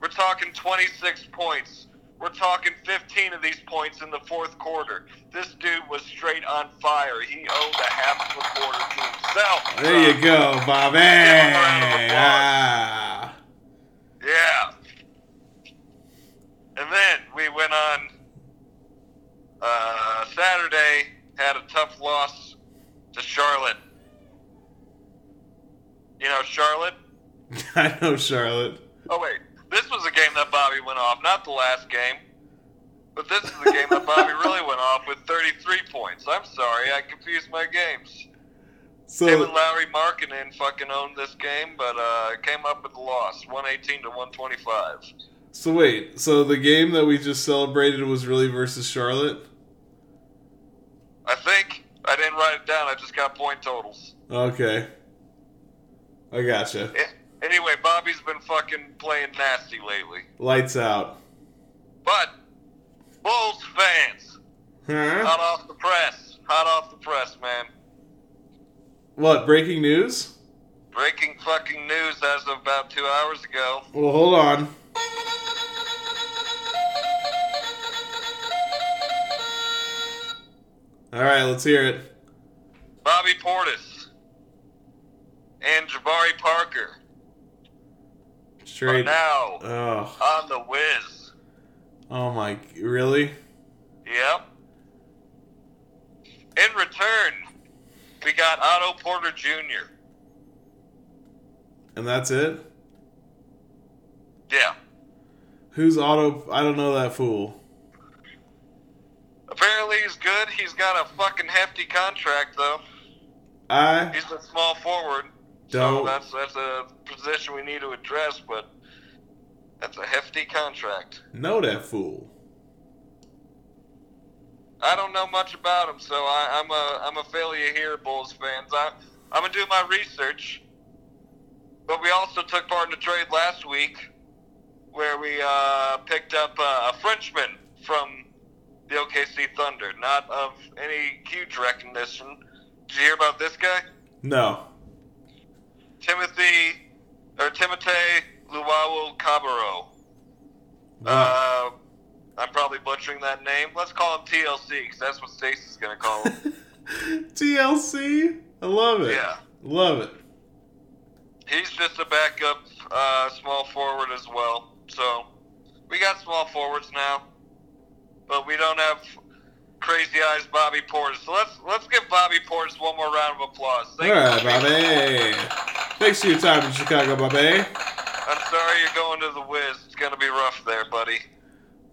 S2: We're talking 26 points. We're talking 15 of these points in the fourth quarter. This dude was straight on fire. He owned a half of a quarter to himself.
S1: There you go, Bobby.
S2: him Uh, a round of applause.
S1: Ah.
S2: Yeah. And then we went on uh, Saturday, had
S1: I know Charlotte.
S2: Oh wait, this was the game that Bobby went off, not the last game. But this is the game that Bobby really went off with 33 points. I'm sorry, I confused my games. Him and
S1: So
S2: Lowry Markkinen fucking owned this game, but uh, came up with a loss, 118 to 125.
S1: so wait. So the game that we just celebrated was really versus Charlotte.
S2: I think I didn't write it down. I just got point totals.
S1: Okay. I gotcha.
S2: Eh, Anyway, Bobby's been fucking playing nasty lately.
S1: Lights out.
S2: But Bulls fans,
S1: Huh?
S2: hot off the press, hot off the press, man.
S1: What? Breaking news?
S2: Breaking fucking news as of about two hours ago.
S1: Well, hold on. All right, let's hear it.
S2: Bobby Portis and Jabari Parker are
S1: Straight.
S2: now
S1: Oh,
S2: on the whiz.
S1: oh my! Really?
S2: Yep. In return, we got Otto Porter Jr.
S1: And that's it?
S2: Yeah.
S1: Who's Otto? I don't know that fool.
S2: Apparently he's good. He's got a fucking hefty contract though.
S1: I
S2: He's a small forward. So
S1: Don't.
S2: that's that's a position we need to address, but that's a hefty contract.
S1: know that fool.
S2: I don't know much about him, so I, I'm a I'm a failure here, Bulls fans. I I'm gonna do my research. But we also took part in a trade last week, where we uh, picked up uh, a Frenchman from the OKC Thunder, not of any huge recognition. Did you hear about this guy,
S1: No.
S2: Timothy or Timotei Luau Cabarro? Uh, I'm probably butchering that name. Let's call him TLC because that's what Stacy's gonna call him.
S1: TLC. I love it.
S2: Yeah.
S1: Love it.
S2: He's just a backup uh, small forward as well. So we got small forwards now, but we don't have crazy eyes Bobby Portis. So let's let's give Bobby Portis one more round of applause.
S1: All
S2: Thank
S1: right, Bobby.
S2: you.
S1: Thanks for your time in Chicago, Bobby.
S2: I'm sorry you're going to the Wiz. It's gonna be rough there, buddy.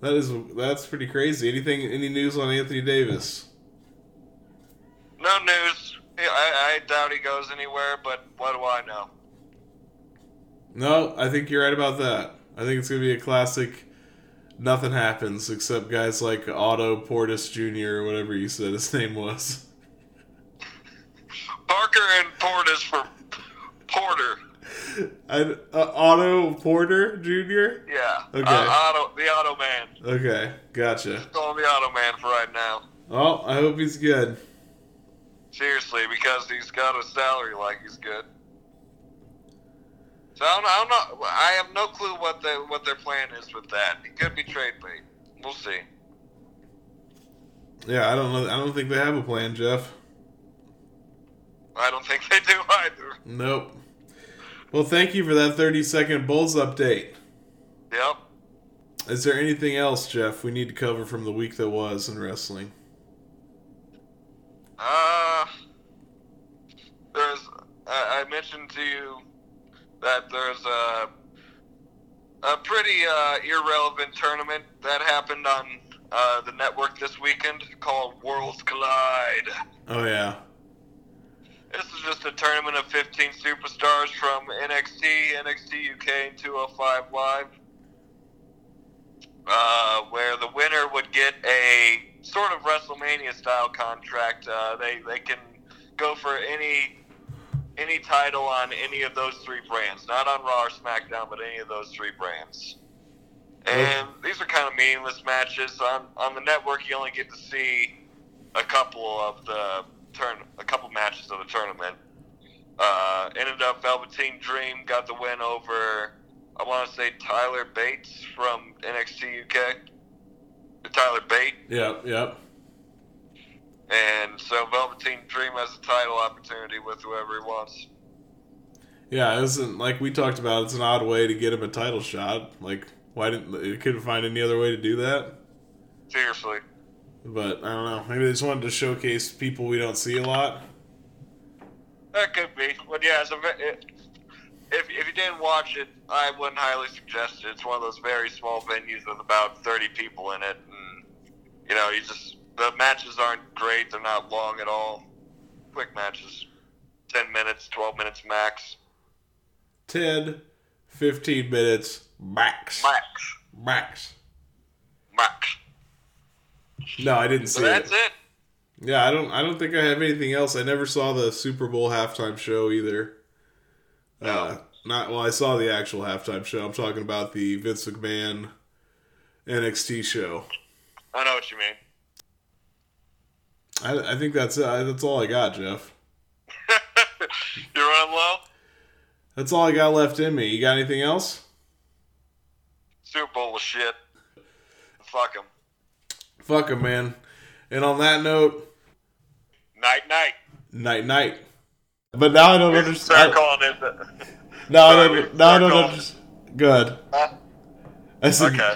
S1: That is that's pretty crazy. Anything? Any news on Anthony Davis?
S2: No news. Yeah, I, I doubt he goes anywhere, but what do I know?
S1: No, I think you're right about that. I think it's gonna be a classic. Nothing happens except guys like Otto Portis Jr. or whatever you said his name was.
S2: Parker and Portis for Porter.
S1: I, uh, Otto Porter Jr.
S2: Yeah.
S1: Okay.
S2: Uh, auto, the Auto Man.
S1: Okay, gotcha.
S2: Call him the Auto Man for right now.
S1: Oh, I hope he's good.
S2: Seriously, because he's got a salary like he's good. So I don't, I don't know. I have no clue what the what their plan is with that. It could be trade bait. We'll see.
S1: Yeah, I don't know. I don't think they have a plan, Jeff.
S2: I don't think they do either.
S1: Nope. Well, thank you for that 30 second Bulls update.
S2: Yep.
S1: Is there anything else, Jeff, we need to cover from the week that was in wrestling?
S2: Uh, there's. I, I mentioned to you that there's a a pretty uh, irrelevant tournament that happened on uh, the network this weekend called Worlds Collide.
S1: Oh, yeah.
S2: This is just a tournament of 15 superstars from NXT, NXT UK, and 205 Live, uh, where the winner would get a sort of WrestleMania style contract. Uh, they they can go for any any title on any of those three brands, not on Raw or SmackDown, but any of those three brands. And these are kind of meaningless matches. On on the network, you only get to see a couple of the turn, a couple matches of the tournament. Uh, ended up Velveteen Dream got the win over, I want to say Tyler Bates from NXT UK. Tyler Bate,
S1: Yep, yep.
S2: and so Velveteen Dream has a title opportunity with whoever he wants.
S1: Yeah, it wasn't like we talked about. It's an odd way to get him a title shot. Like, why didn't they couldn't find any other way to do that?
S2: Seriously,
S1: But I don't know. Maybe they just wanted to showcase people we don't see a lot.
S2: that could be. But yeah, it's a, ve- it, if, if you didn't watch it, I wouldn't highly suggest it. It's one of those very small venues with about 30 people in it. And, you know, you just, the matches aren't great. They're not long at all. Quick matches 10 minutes, 12 minutes max.
S1: 10, 15 minutes max.
S2: Max.
S1: Max.
S2: Max.
S1: No, I didn't see
S2: So that's it.
S1: Yeah, I don't. I don't think I have anything else. I never saw the Super Bowl halftime show either. Uh, not well. I saw the actual halftime show. I'm talking about the Vince McMahon NXT show.
S2: I know what you mean.
S1: I, I think that's uh, that's all I got, Jeff.
S2: You're running low?
S1: That's all I got left in me. You got anything else?
S2: Super Bowl was shit. Fuck 'em.
S1: Fuck 'em, man. And on that note,
S2: Night, night.
S1: night night. But now I don't
S2: Start
S1: understand.
S2: calling it. the-
S1: Now I
S2: Sorry,
S1: don't. Now I
S2: start
S1: don't
S2: calling.
S1: understand. Good.
S2: Huh?
S1: I said,
S2: Okay.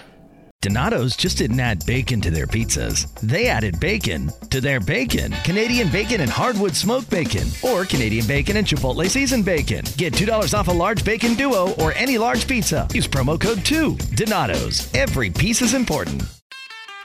S3: Donato's just didn't add bacon to their pizzas. They added bacon to their bacon. Canadian bacon and hardwood smoked bacon, or Canadian bacon and Chipotle seasoned bacon. Get $2 off a large bacon duo or any large pizza. Use promo code 2. Donato's. Every piece is important.